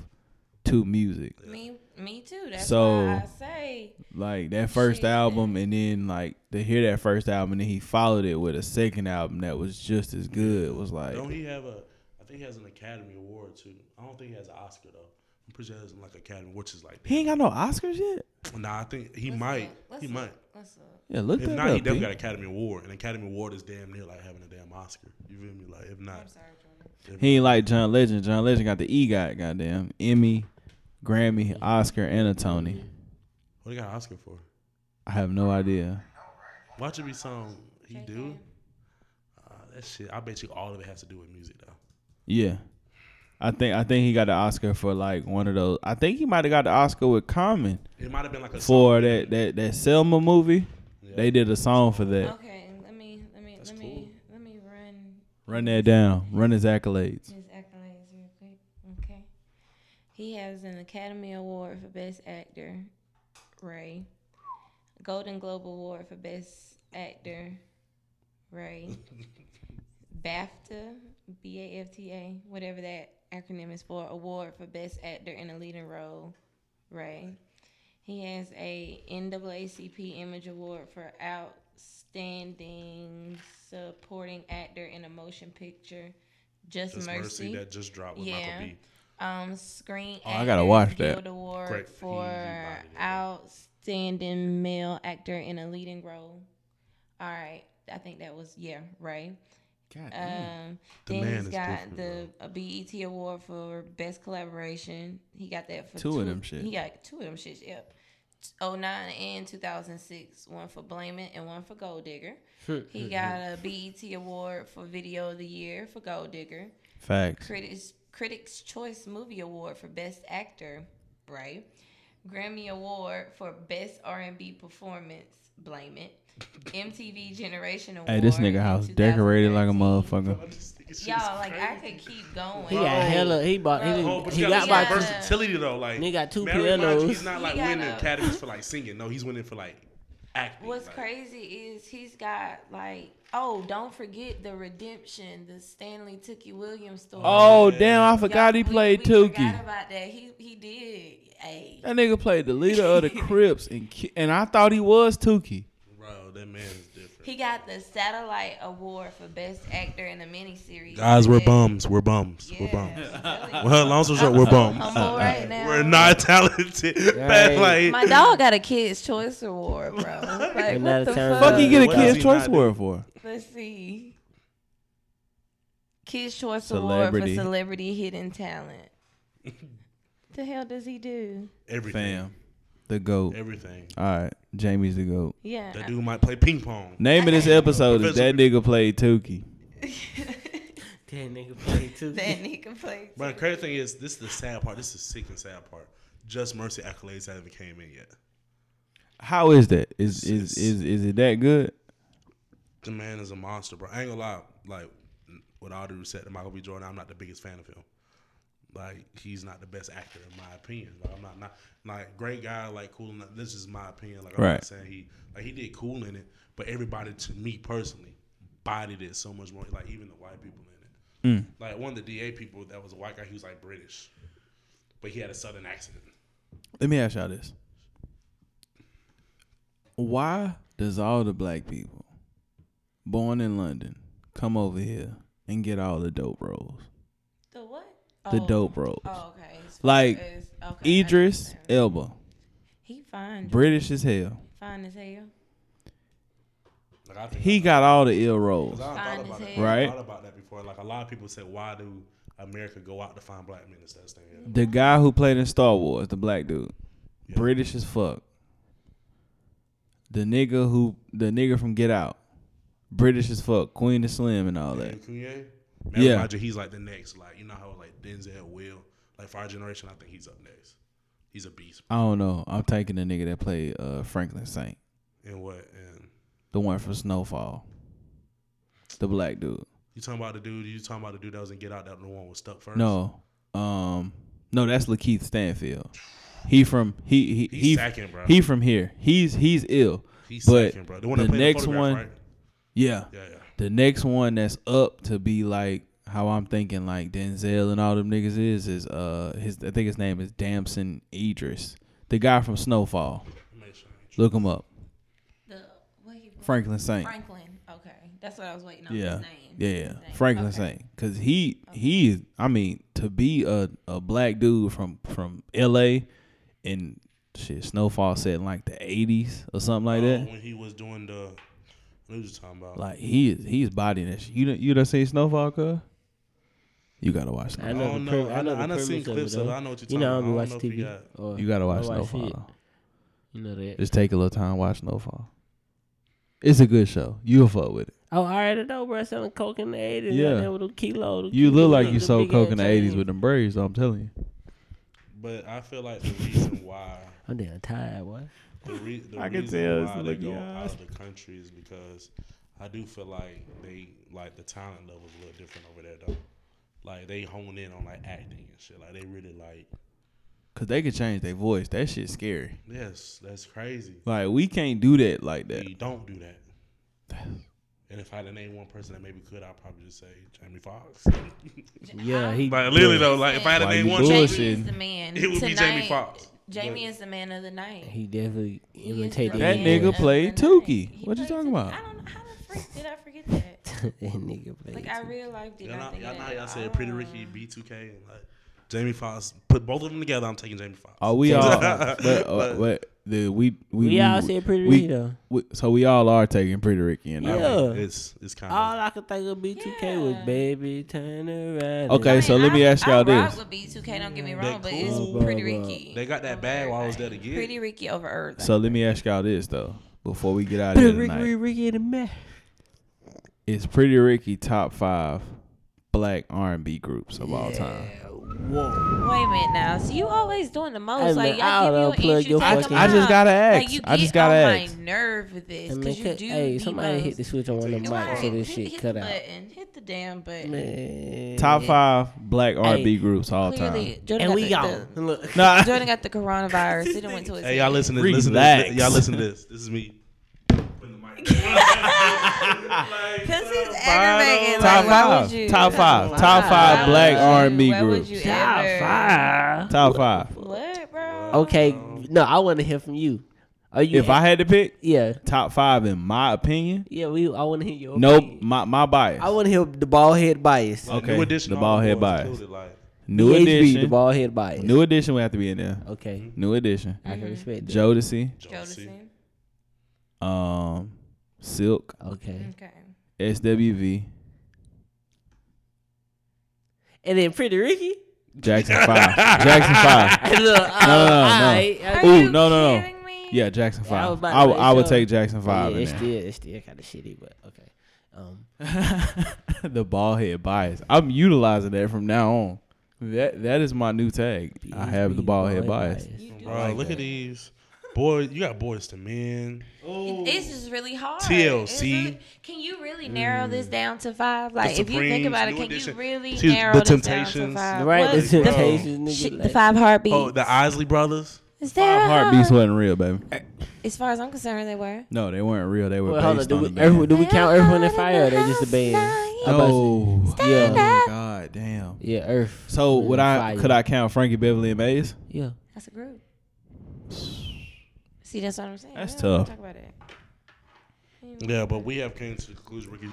S2: to music.
S6: Me, me too. That's
S2: So-
S6: why I say
S2: Like that first album, and then like to hear that first album, and then he followed it with a second album that was just as good. Was like,
S9: Don't he have a? I think he has an Academy Award too. I don't think he has an Oscar though. I'm pretty sure he has like Academy, which is like.
S2: he ain't got no Oscars yet.
S9: Nah, I think he might.
S6: What's
S9: He
S6: up?
S9: might.
S6: What's up?
S2: Yeah, look
S9: If
S2: that
S9: not, he
S2: up.
S9: definitely
S2: P.
S9: got an Academy Award. An Academy Award is damn near like having a damn Oscar. You feel me? Like if not,
S6: Sorry, Jordan.
S2: He ain't like John Legend. John Legend got the E EGOT, goddamn Emmy, Grammy, Oscar, and a Tony.
S9: what he got an Oscar for?
S2: I have no idea.
S9: Watch
S6: Uh,
S9: it be song he do. Uh, that shit. I bet you all of it has to do with music though.
S2: Yeah, I think I think he got the Oscar for like one of those. I think he might have got the Oscar with Common
S9: It might have been like a
S2: for
S9: song.
S2: that that that Selma movie. They did a song for that.
S6: Okay, let me, let me, let me, let me run
S2: Run that down. Run his accolades.
S6: his accolades real quick. Okay, he has an Academy Award for Best Actor, Ray. Golden Globe Award for Best Actor, Ray. BAFTA, B A F T A, whatever that acronym is for, award for best actor in a leading role, right? He has a NAACP Image Award for outstanding supporting actor in a motion picture, Just,
S9: Just mercy.
S6: Mercy.
S9: that just dropped with
S6: Yeah.
S9: Michael B.
S6: Um, Screen
S2: Oh,
S6: Actors
S2: I gotta watch that.
S6: Guild Award
S9: Great. E He- he
S6: for
S9: bodied it.
S6: outstanding male actor in a leading role. All right, I think that was yeah, right.
S2: God
S6: Um,
S9: The
S6: then
S9: man
S6: he's
S9: is
S6: got
S9: different,
S6: the a BET award for best collaboration. He got that for
S2: Two of them shits.
S6: He got two of them shits. Yep. 09 and 2006, one for Blame It and one for
S2: [LAUGHS]
S6: Gold Digger. he got a BET award for Video of the Year for Gold Digger.
S2: Facts.
S6: Critics Critics Choice Movie Award for Best Actor, right? Grammy Award for Best R&B Performance, blame it. MTV Generation Award.
S2: Hey, this nigga
S6: in
S2: house decorated like a
S6: 2013.
S2: motherfucker.
S6: Y'all, like I could keep going.
S3: He got hella. He bought. He,
S9: Oh, but
S3: he
S9: you
S3: got
S9: got,
S6: about
S3: about
S6: two-
S9: versatility though. Like
S3: Nigga got two
S9: Mary Blige,
S3: pianos.
S9: He's not like
S6: He got
S9: winning
S6: a-
S9: academies for like singing. No, he's winning for like acting.
S6: What's
S9: like,
S6: crazy is he's got like oh, don't forget the redemption, the Stanley Tookie Williams story.
S2: Oh damn! I
S6: Y'all,
S2: forgot he
S6: we-
S2: played
S6: we Forgot
S2: Tookie.
S6: about that. He he did. Hey,
S2: That nigga played the leader of
S6: [LAUGHS]
S2: the Crips, and ki- and I thought he was Tookie.
S9: Bro, that man is different.
S6: he got the Satellite Award for Best Actor in a miniseries.
S9: Guys,
S6: for
S9: we're
S6: Best-
S9: bums. We're bums.
S6: Yeah,
S9: We're bums.
S6: I'm telling you.
S9: Well, long story short, we're bums.
S6: Humble right now.
S9: We're not talented. [LAUGHS] Bad,
S6: [LAUGHS]
S9: like,
S6: My dog got a Kids Choice Award, bro. Like,
S3: not
S6: what
S3: a talent.
S6: the fuck?
S2: Fuck, Uh, he get a
S9: What is
S2: Kids
S9: he
S2: Choice
S9: not
S2: Award for?
S6: Let's see. Kids Choice Award for
S2: Celebrity.
S6: Celebrity
S2: [LAUGHS]
S6: Hidden Talent. the hell does he do?
S9: everything.
S2: Fam, the goat.
S9: Everything.
S2: All right, Jamie's the goat.
S6: Yeah.
S9: That dude might play ping pong.
S2: Name of this episode is
S9: Professor-
S2: that nigga played Tookie.
S3: that nigga played [LAUGHS] too.
S6: [LAUGHS] That nigga plays.
S9: But the crazy thing is, this is the sad part. This is sick and sad part. Just Mercy accolades haven't came in yet.
S2: How is that? Is is
S9: It's-
S2: is is it that good?
S9: The man is a monster, bro. I ain't gonna lie. Like, with all due respect to Michael B. Jordan, I'm not the biggest fan of him. Like, he's not the best actor in my opinion. Like, I'm not not like great guy. Like, cool. and- This is my opinion. Like, I'm
S2: Right.
S9: not saying he like he did cool in it, but everybody to me personally bodied it so much more. Like, even the white people in
S2: Mm.
S9: it. Like one of the DA people that was a white guy. He was like British, but he had a southern accent.
S2: Let me ask y'all this: Why does all the black people born in London come over here and get all the dope roles?
S6: The what?
S2: The
S6: Oh.
S2: dope roles.
S6: Oh, okay. As far
S2: Like,
S6: as- okay, I
S2: Idris
S6: understand.
S2: Elba,
S6: He fine.
S2: British as hell.
S6: fine as hell.
S9: Like, I think
S2: He got all the ill roles.
S9: I
S6: Fine
S9: thought
S6: as
S9: about it.
S6: hell.
S9: I
S2: Right.
S9: thought about that before. Like a lot of people say, why do America go out to find black men instead of staying here?
S2: The guy who played in Star Wars, the black dude, British as fuck. The nigga who, the nigga from Get Out, British as fuck. Queen of Slim and all that.
S9: And Kanye,
S2: Yeah.
S9: yeah. he's like the next. Like you know how like Denzel will. Like for our generation, I think he's up next. He's a beast.
S2: I don't know. I'm taking the nigga that played uh, Franklin Saint,
S9: And what? And
S2: the one from Snowfall, the black dude.
S9: you talking about the dude? You talking about the dude that was in Get Out? That the one was stuck first.
S2: No, um, no, that's Lakeith Stanfield. He from he he
S9: He's
S2: he,
S9: second, bro.
S2: he from here. He's he's ill.
S9: he's
S2: but
S9: second, bro. The one that
S2: the
S9: played
S2: next
S9: the
S2: one,
S9: photograph, right?
S2: yeah.
S9: Yeah, yeah.
S2: The next one that's up to be like how I'm thinking, like Denzel and all them niggas is is uh his I think his name is Damson Idris, the guy from Snowfall. Look him up,
S6: The what he
S2: Franklin Saint.
S6: Franklin. Okay, that's what I was waiting on.
S2: yeah,
S6: His name.
S2: yeah, yeah.
S6: His name.
S2: Franklin
S6: Okay.
S2: Saint, cause he he is. I mean, to be a a black dude from from L.A. and shit, Snowfall set in like the '80s or something like that.
S9: Oh,
S6: Oh,
S9: When he was doing the, what was you talking about?
S2: Like he is, he's bodying that shit. You done, you done seen Snowfall, cuz? You gotta watch
S3: I
S2: Snowfall.
S3: know.
S9: Oh,
S3: the
S9: no,
S3: premise-
S9: I know-
S3: the
S9: I done seen
S3: premise of
S9: clips
S3: it,
S9: of it.
S3: though.
S9: I know what you're
S3: You know, I
S9: talking
S3: don't
S9: about. I
S3: watch
S9: don't know if
S3: TV.
S9: you got-
S3: or
S2: You gotta
S3: Oh, I
S2: watch
S3: watch
S2: Snowfall.
S3: shit.
S2: though.
S3: You know that.
S2: Just take a little time, watch Snowfall. It's a good show. You'll fuck with it.
S3: Oh, I already know, bro. Selling coke in the eighties.
S2: Yeah.
S3: Yeah, there with a kilo. the
S2: You
S3: kilo,
S2: look like you
S3: the
S2: sold
S3: big ass
S2: coke in the eighties
S3: chain.
S2: with them braids. though, I'm telling you.
S9: But I feel like the reason why
S3: I'm damn tired, boy.
S9: the, re- the
S2: I can
S9: reason
S2: tell it's
S9: why
S2: the
S9: they
S2: look in
S9: go
S2: your
S9: out
S2: eyes.
S9: of the country is because I do feel like they like the talent level is a little different over there though. Like they hone in on like acting and shit. Like they really like
S2: Cause they could change their voice. That shit's scary.
S9: yes, that's crazy.
S2: Like we can't do that like that.
S9: We don't do that. And if I had to name one person that maybe could, I'd probably just say Jamie Foxx. [LAUGHS]
S3: Yeah, he.
S9: like literally though, like if I had to
S2: Why
S9: name
S2: you
S9: one,
S2: bullshit? Bullshitting.
S6: Jamie is
S9: person,
S6: the man.
S9: it would be Jamie
S6: Tonight,
S9: Foxx.
S6: Jamie is the man of the night.
S3: He definitely
S6: He is
S3: imitated
S6: the
S2: That
S6: man
S2: nigga
S6: of the
S2: played
S6: night.
S2: Tukey.
S6: He
S2: What you
S6: played
S2: talking
S6: Tukey.
S2: about?
S6: I don't know how the freak did I forget that.
S3: [LAUGHS] that nigga played.
S6: Like I real life did
S9: Y'all know,
S6: not think Ah.
S9: y'all,
S6: of that
S9: know how
S6: at
S9: y'all
S6: all.
S9: said Pretty Ricky, B2K, and like Jamie Foxx. Put both of them together. I'm taking Jamie Foxx.
S2: [LAUGHS] Are we all? [LAUGHS] but, uh, but the we we
S3: We all said Pretty
S2: we-
S3: Ricky, though.
S2: we- so we all are taking Pretty Ricky and
S3: Yeah.
S9: It's it's kind of
S3: All I could think of B2K was
S6: Yeah.
S3: baby turn around.
S2: Okay,
S6: I
S2: so
S6: mean,
S2: let me
S6: I-
S2: ask y'all
S6: I rock
S2: this.
S6: with B2K, don't get me wrong, but
S9: cool,
S6: it's Pretty
S3: but-
S6: Ricky.
S9: They got that bag while I was there to get.
S6: Pretty Ricky over Earth.
S2: So let me ask y'all this though, before we get out of here
S3: [LAUGHS] Ricky, Ricky,
S2: tonight,
S3: Ricky, the man.
S2: is Pretty Ricky top five black R and B groups of all time?
S3: Whoa.
S6: Wait a minute now. So you always doing the most.
S3: Hey,
S6: like
S3: man, I
S6: y'all
S3: don't
S6: give you an
S3: unplug
S6: inch, you
S3: your
S6: take
S3: fucking-
S6: them
S3: I
S2: just
S6: out.
S2: gotta
S6: Like,
S2: ask.
S6: you
S2: I just
S6: get
S2: gotta
S6: on
S2: ask.
S6: my nerve with this
S3: I mean,
S6: because you
S3: cut-
S6: do.
S3: hey, somebody hit the switch on one of them
S6: Right.
S3: mics so this
S6: Hit-
S3: shit
S6: hit
S3: cut
S6: the [LAUGHS]
S3: out.
S6: Button. Hit the damn button.
S3: Man.
S2: Top five black R and B
S3: Hey,
S2: groups all
S6: Clearly,
S2: time.
S6: Jordan
S3: And
S6: got
S3: we
S6: the-
S3: gone.
S6: the-
S3: Look.
S2: Nah,
S6: Jordan got the coronavirus. He done went to his.
S9: Hey, y'all listen to this.
S2: Relax.
S9: Listen to this. Y'all listen to this. This is me.
S6: Because he's aggravated.
S2: Top
S6: Like, why
S2: five.
S6: would you?
S2: Top five. Top
S6: Why
S2: five black
S6: would
S2: R and
S6: you?
S2: B
S6: Why would
S2: groups.
S6: you
S3: Top
S6: ever?
S3: five.
S2: Top five.
S6: What, bro?
S3: Okay, no, I want to hear from you. Are you?
S2: If I had to pick
S3: yeah,
S2: top five, in my opinion,
S3: yeah, we. I want to hear your.
S2: no,
S3: opinion.
S2: my my bias.
S3: I want to hear the bald head
S2: [LAUGHS]
S3: bias.
S2: Okay,
S9: New edition.
S2: the
S9: all
S2: bald head
S9: boys
S2: bias.
S9: included, Like,
S2: New
S3: BHB, the
S2: edition.
S3: bald head bias.
S2: New edition would have to be in there.
S3: Okay,
S2: New edition.
S3: I
S6: Mm-hmm.
S3: can respect that.
S2: Jodeci.
S9: Jodeci.
S6: Jodeci.
S2: Um, Silk.
S3: Okay,
S6: Okay.
S3: [LAUGHS]
S2: SWV.
S3: and then Pretty Ricky. [LAUGHS]
S2: Jackson Five. Jackson Five.
S3: Hey, look, uh,
S2: No, no, no.
S3: alright, I-
S6: Are
S2: Ooh,
S6: you
S2: no, no, no.
S6: kidding me?
S2: Yeah, Jackson
S3: Yeah, I
S2: Five.
S3: was about to
S2: I, w-
S3: say
S2: I would
S3: Jodeci.
S2: take Jackson Five
S3: yeah,
S2: in
S3: it's
S2: there.
S3: still, it's still kind of shitty, but okay.
S2: [LAUGHS]
S3: Um,
S2: the bald head bias. I'm utilizing that from now on. That that is my new tag. I have the
S3: BHB,
S2: bald head bias.
S9: Bro, look at these. Boy, you got boys to men. Mm.
S6: This is really hard.
S9: TLC.
S6: It's really- can you really narrow this down to five? Like, if you
S9: Mm. Supremes,
S6: think about it,
S9: New
S6: can
S9: Edition.
S6: you really
S9: See,
S6: narrow
S9: The
S6: this down
S9: Temptations.
S6: to five?
S3: Right,
S6: What?
S3: the
S9: Bro.
S3: Temptations,
S6: Shit,
S3: nigga.
S6: the
S3: like-
S6: five heartbeats.
S9: Oh, the Isley brothers.
S6: is there a
S2: Heartbeats
S6: heart-
S2: wasn't real, baby.
S6: As far as I'm concerned, they were.
S2: No, they weren't real. They were
S3: Well, hold on.
S2: based
S3: Do
S2: on
S3: we,
S2: the
S3: Earth,
S2: band.
S3: do we count Earth, Wind, and
S6: Out
S3: Fire? Or
S6: in
S3: they
S6: the
S3: just the band?
S6: house
S3: I'm about to-
S2: No. Oh,
S6: Stand
S3: Yeah,
S6: up.
S2: God damn.
S3: yeah, Earth.
S2: So
S3: Wind,
S2: would
S3: and
S2: I?
S3: Fire.
S2: Could I count Frankie Beverly and Maze?
S3: Yeah.
S6: That's a group. See, that's what I'm saying.
S2: That's
S6: We don't
S2: tough.
S6: Talk about it.
S9: Yeah, but we have came to the conclusion, Ricky,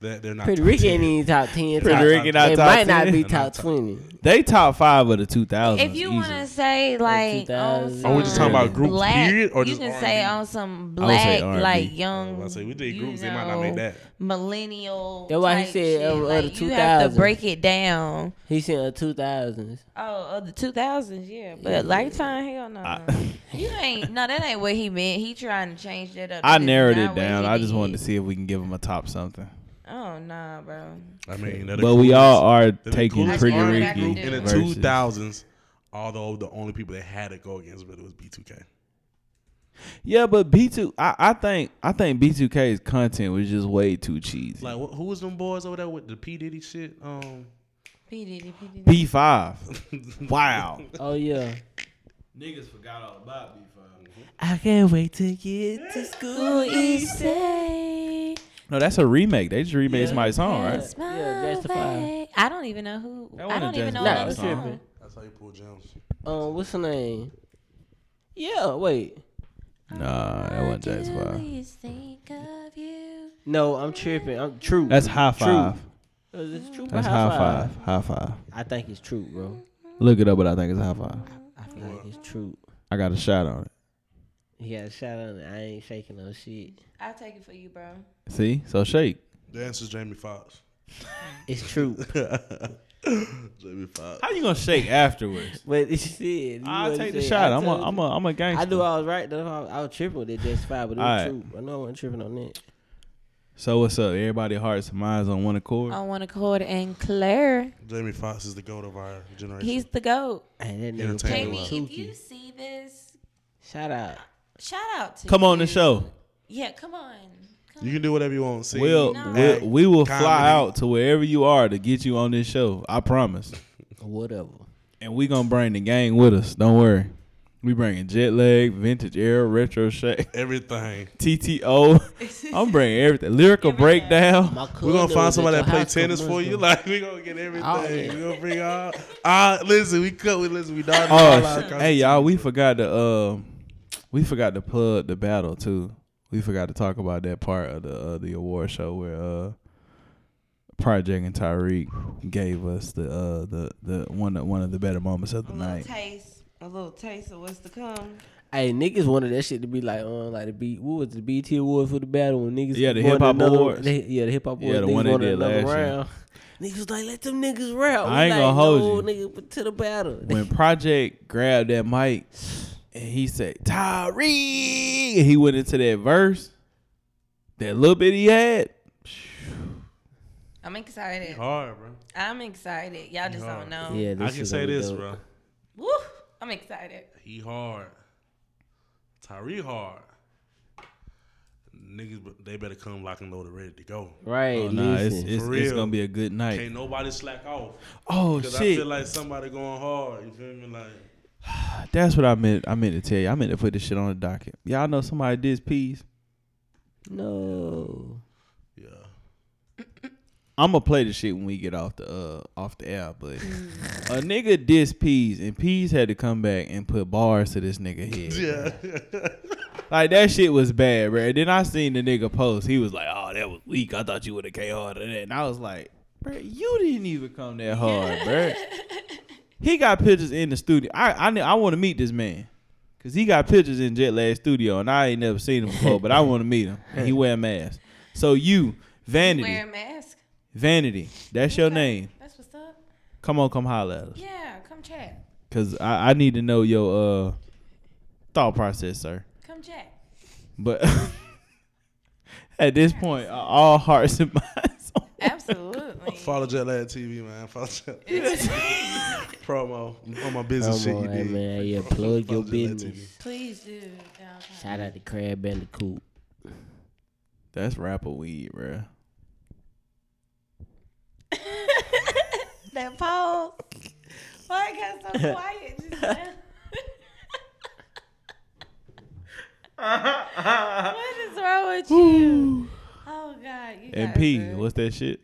S9: that they're not.
S3: Pretty
S9: top
S3: Ricky
S9: 10.
S3: ain't even top ten.
S2: Pretty
S3: top-
S2: Ricky not
S3: It
S2: top
S3: might not
S2: 10.
S3: be
S9: They're not
S3: top twenty.
S2: They top five of the two thousand.
S6: If you want to say like, on
S3: 2000.
S6: some
S9: Are we just talking about groups,
S6: black,
S9: period, or
S6: you
S9: just
S6: can say
S9: R&B?
S6: on some
S2: I would say
S6: black,
S2: R&B.
S6: like
S9: Oh, I was
S6: young.
S9: about to say, we did
S6: you
S9: groups, they might not make
S6: know,
S9: that.
S6: Millennial.
S3: That's why he
S6: type
S3: said
S6: shit.
S2: oh,
S3: of- of
S6: Like,
S3: the
S6: You have to
S3: 2000s.
S6: break it down.
S3: He's in the two thousands.
S6: Oh, of the two thousands, yeah, but lifetime, hell no.
S2: [LAUGHS]
S6: you ain't no, that ain't what he meant. He trying to change that up.
S2: I
S6: This is
S2: narrowed
S6: not
S2: it
S6: what
S2: down.
S6: he
S2: I just
S6: did.
S2: wanted to see if we can give them a top something.
S6: Oh nah, bro.
S9: I mean, they're the
S2: But we
S9: coolest-
S2: all are
S9: they're the
S2: taking
S9: coolest
S2: Pretty
S9: R&B
S6: Ricky
S9: group
S2: Ricky
S9: in the
S2: versus-
S9: two thousands. Although the only people that had to go against it was B2K.
S2: Yeah, but B two, I, I think I think B two K's content was just way too cheesy.
S9: Like, wh- who was them boys over there with the P Diddy shit? Um,
S6: P Diddy, P Diddy.
S2: B five,
S9: [LAUGHS]
S2: wow.
S3: Oh yeah.
S2: Niggas forgot all about B five.
S3: I can't wait to get to school.
S6: Who is say
S2: No, that's a remake. They just remade
S3: Yeah.
S2: somebody's song,
S3: Yeah.
S2: right?
S6: My
S3: Justified.
S6: way. I don't even know who.
S2: That
S6: I
S2: wasn't
S6: don't
S2: a
S6: even know
S2: Justified
S6: that
S2: song.
S6: song.
S9: That's how you pull Jones.
S3: Um, what's her name? Yeah, wait.
S2: Nah, that wasn't
S6: I
S2: Jackson Five.
S6: always think of you.
S3: No, I'm tripping. I'm true.
S2: That's high
S3: True.
S2: five.
S3: Uh, it's true.
S2: That's high five. High five.
S3: I think it's true, bro.
S2: Look it up, but I think it's high five.
S3: I feel like it's true.
S2: I got a shot on it.
S3: He got a shout out. and I ain't shaking no shit.
S6: I'll take it for you, bro.
S2: See, so shake.
S9: The answer's Jamie Foxx.
S3: It's true.
S2: [LAUGHS]
S9: Jamie Foxx.
S2: How you gonna shake afterwards?
S3: but it's shit.
S2: I'll take the shot. I'm a, I'm a, I'm a gangster.
S3: I knew I was right though. I, I was tripping with that justified, but it was
S2: Alright.
S3: true. I know I wasn't tripping on that.
S2: So what's up? Everybody hearts and minds on one accord.
S3: Oh,
S6: I want to Accord and Claire.
S9: Jamie Foxx is the goat of our generation.
S6: He's the GOAT.
S3: And that nigga
S9: Entertainment
S3: playing
S6: Jamie,
S9: Jamie,
S3: with
S6: if you
S3: Tuki.
S6: see this,
S3: Shout out.
S6: shout out to
S2: Come on the
S6: you.
S2: show.
S6: Yeah, come on. Come
S9: you can do whatever you want. Sing,
S2: We'll,
S6: No.
S2: we'll we will fly
S9: comedy.
S2: out to wherever you are to get you on this show. I promise.
S3: Whatever.
S2: And we gonna bring the gang with us. Don't worry. We bringing jet lag, vintage era, retro shake,
S9: everything.
S2: TTO. I'm bringing everything. Lyrical breakdown.
S3: My
S9: We're gonna
S3: cousin
S9: find
S3: was
S9: somebody
S3: at your
S9: that play
S3: house a couple
S9: tennis for
S3: months
S9: you.
S3: ago.
S9: [LAUGHS] Like we gonna get everything.
S3: Oh, yeah.
S9: we gonna bring all. Ah, listen, we cut. We listen. We done.
S2: Oh, sh- hey y'all, we forgot to um, we forgot to plug the battle too. We forgot to talk about that part of the uh, the award show where uh, Project and Tyreek gave us the uh the the one of, one of the better moments of the
S6: A little
S2: night.
S6: taste, a little taste of what's to come.
S3: Hey, niggas wanted that shit to be like on like the B. What was the BT Awards for the battle when niggas?
S2: Yeah, the
S3: won
S2: Hip Hop
S3: another-
S2: Awards.
S3: they- yeah, the hip hop
S2: Yeah,
S3: awards.
S2: the
S3: niggas
S2: one they
S3: wanted
S2: did
S3: another
S2: last year.
S3: round. Niggas was like, let them niggas rap.
S2: I
S3: We
S2: ain't
S3: like,
S2: gonna hold
S3: no, Nigga, but to the battle.
S2: When Project grabbed that mic and he said Tyreek, and he went into that verse, that little bit he had.
S6: I'm excited.
S9: hard, bro.
S6: I'm excited. Y'all just don't know.
S3: [LAUGHS] yeah, this
S9: I can
S3: shit
S9: say
S3: gonna be
S9: this,
S3: dope.
S9: bro.
S6: Woo! I'm excited.
S9: He hard. Tyree hard. Niggas, but they better come lock and loaded, ready to go.
S3: Right.
S2: Oh, nah, it's,
S3: listen.
S2: it's,
S9: For
S2: it's
S9: real.
S2: gonna be a good night.
S9: Can't nobody slack off.
S2: Oh
S9: Cause
S2: shit!
S9: I feel like somebody going hard. You feel me? Like
S2: That's what I meant. I meant to tell you. I meant to put this shit on the docket. Y'all know somebody did his piece.
S3: no.
S9: yeah.
S2: I'm gonna play the shit when we get off the uh off the air. But a nigga diss Peas and Peas had to come back and put bars to this nigga head. Like that shit was bad, bro. Then I seen the nigga post. He was like, "Oh, that was weak. I thought you would have came harder than that." And I was like, "Bro, you didn't even come that hard, bro." he got pictures in the studio. I I, ne- I want to meet this man because he got pictures in Jet Lag Studio, and I ain't never seen him before. but I want to meet him. And he wear a mask. So you,
S6: Wear a
S2: vanity,
S6: mask.
S2: vanity. That's your name.
S6: That's what's up.
S2: Come on, come holler at us.
S6: Yeah, come chat.
S2: Cause I, I need to know your uh thought process, sir.
S6: Come chat.
S2: But [LAUGHS] at this point, uh, all hearts and [LAUGHS] minds. on-
S9: [LAUGHS]
S6: Absolutely.
S9: Follow Jet Lag TV, man. Follow Jet Lag promo on my business
S3: Come on,
S9: shit. you
S3: hey,
S9: did.
S3: man. Yeah, plug your
S9: Fuck Jet Lag
S3: business.
S6: Please do. Yeah, okay.
S3: Shout out to Crab Bandicoot.
S2: That's rapper weed, bro.
S6: that pole. Why it
S2: [LAUGHS]
S6: got so quiet just now?
S2: [LAUGHS]
S6: what is wrong with you? Oh God, you
S2: And
S6: guys
S2: P,
S6: are-
S2: what's that shit?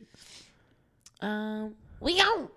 S6: Um, we on.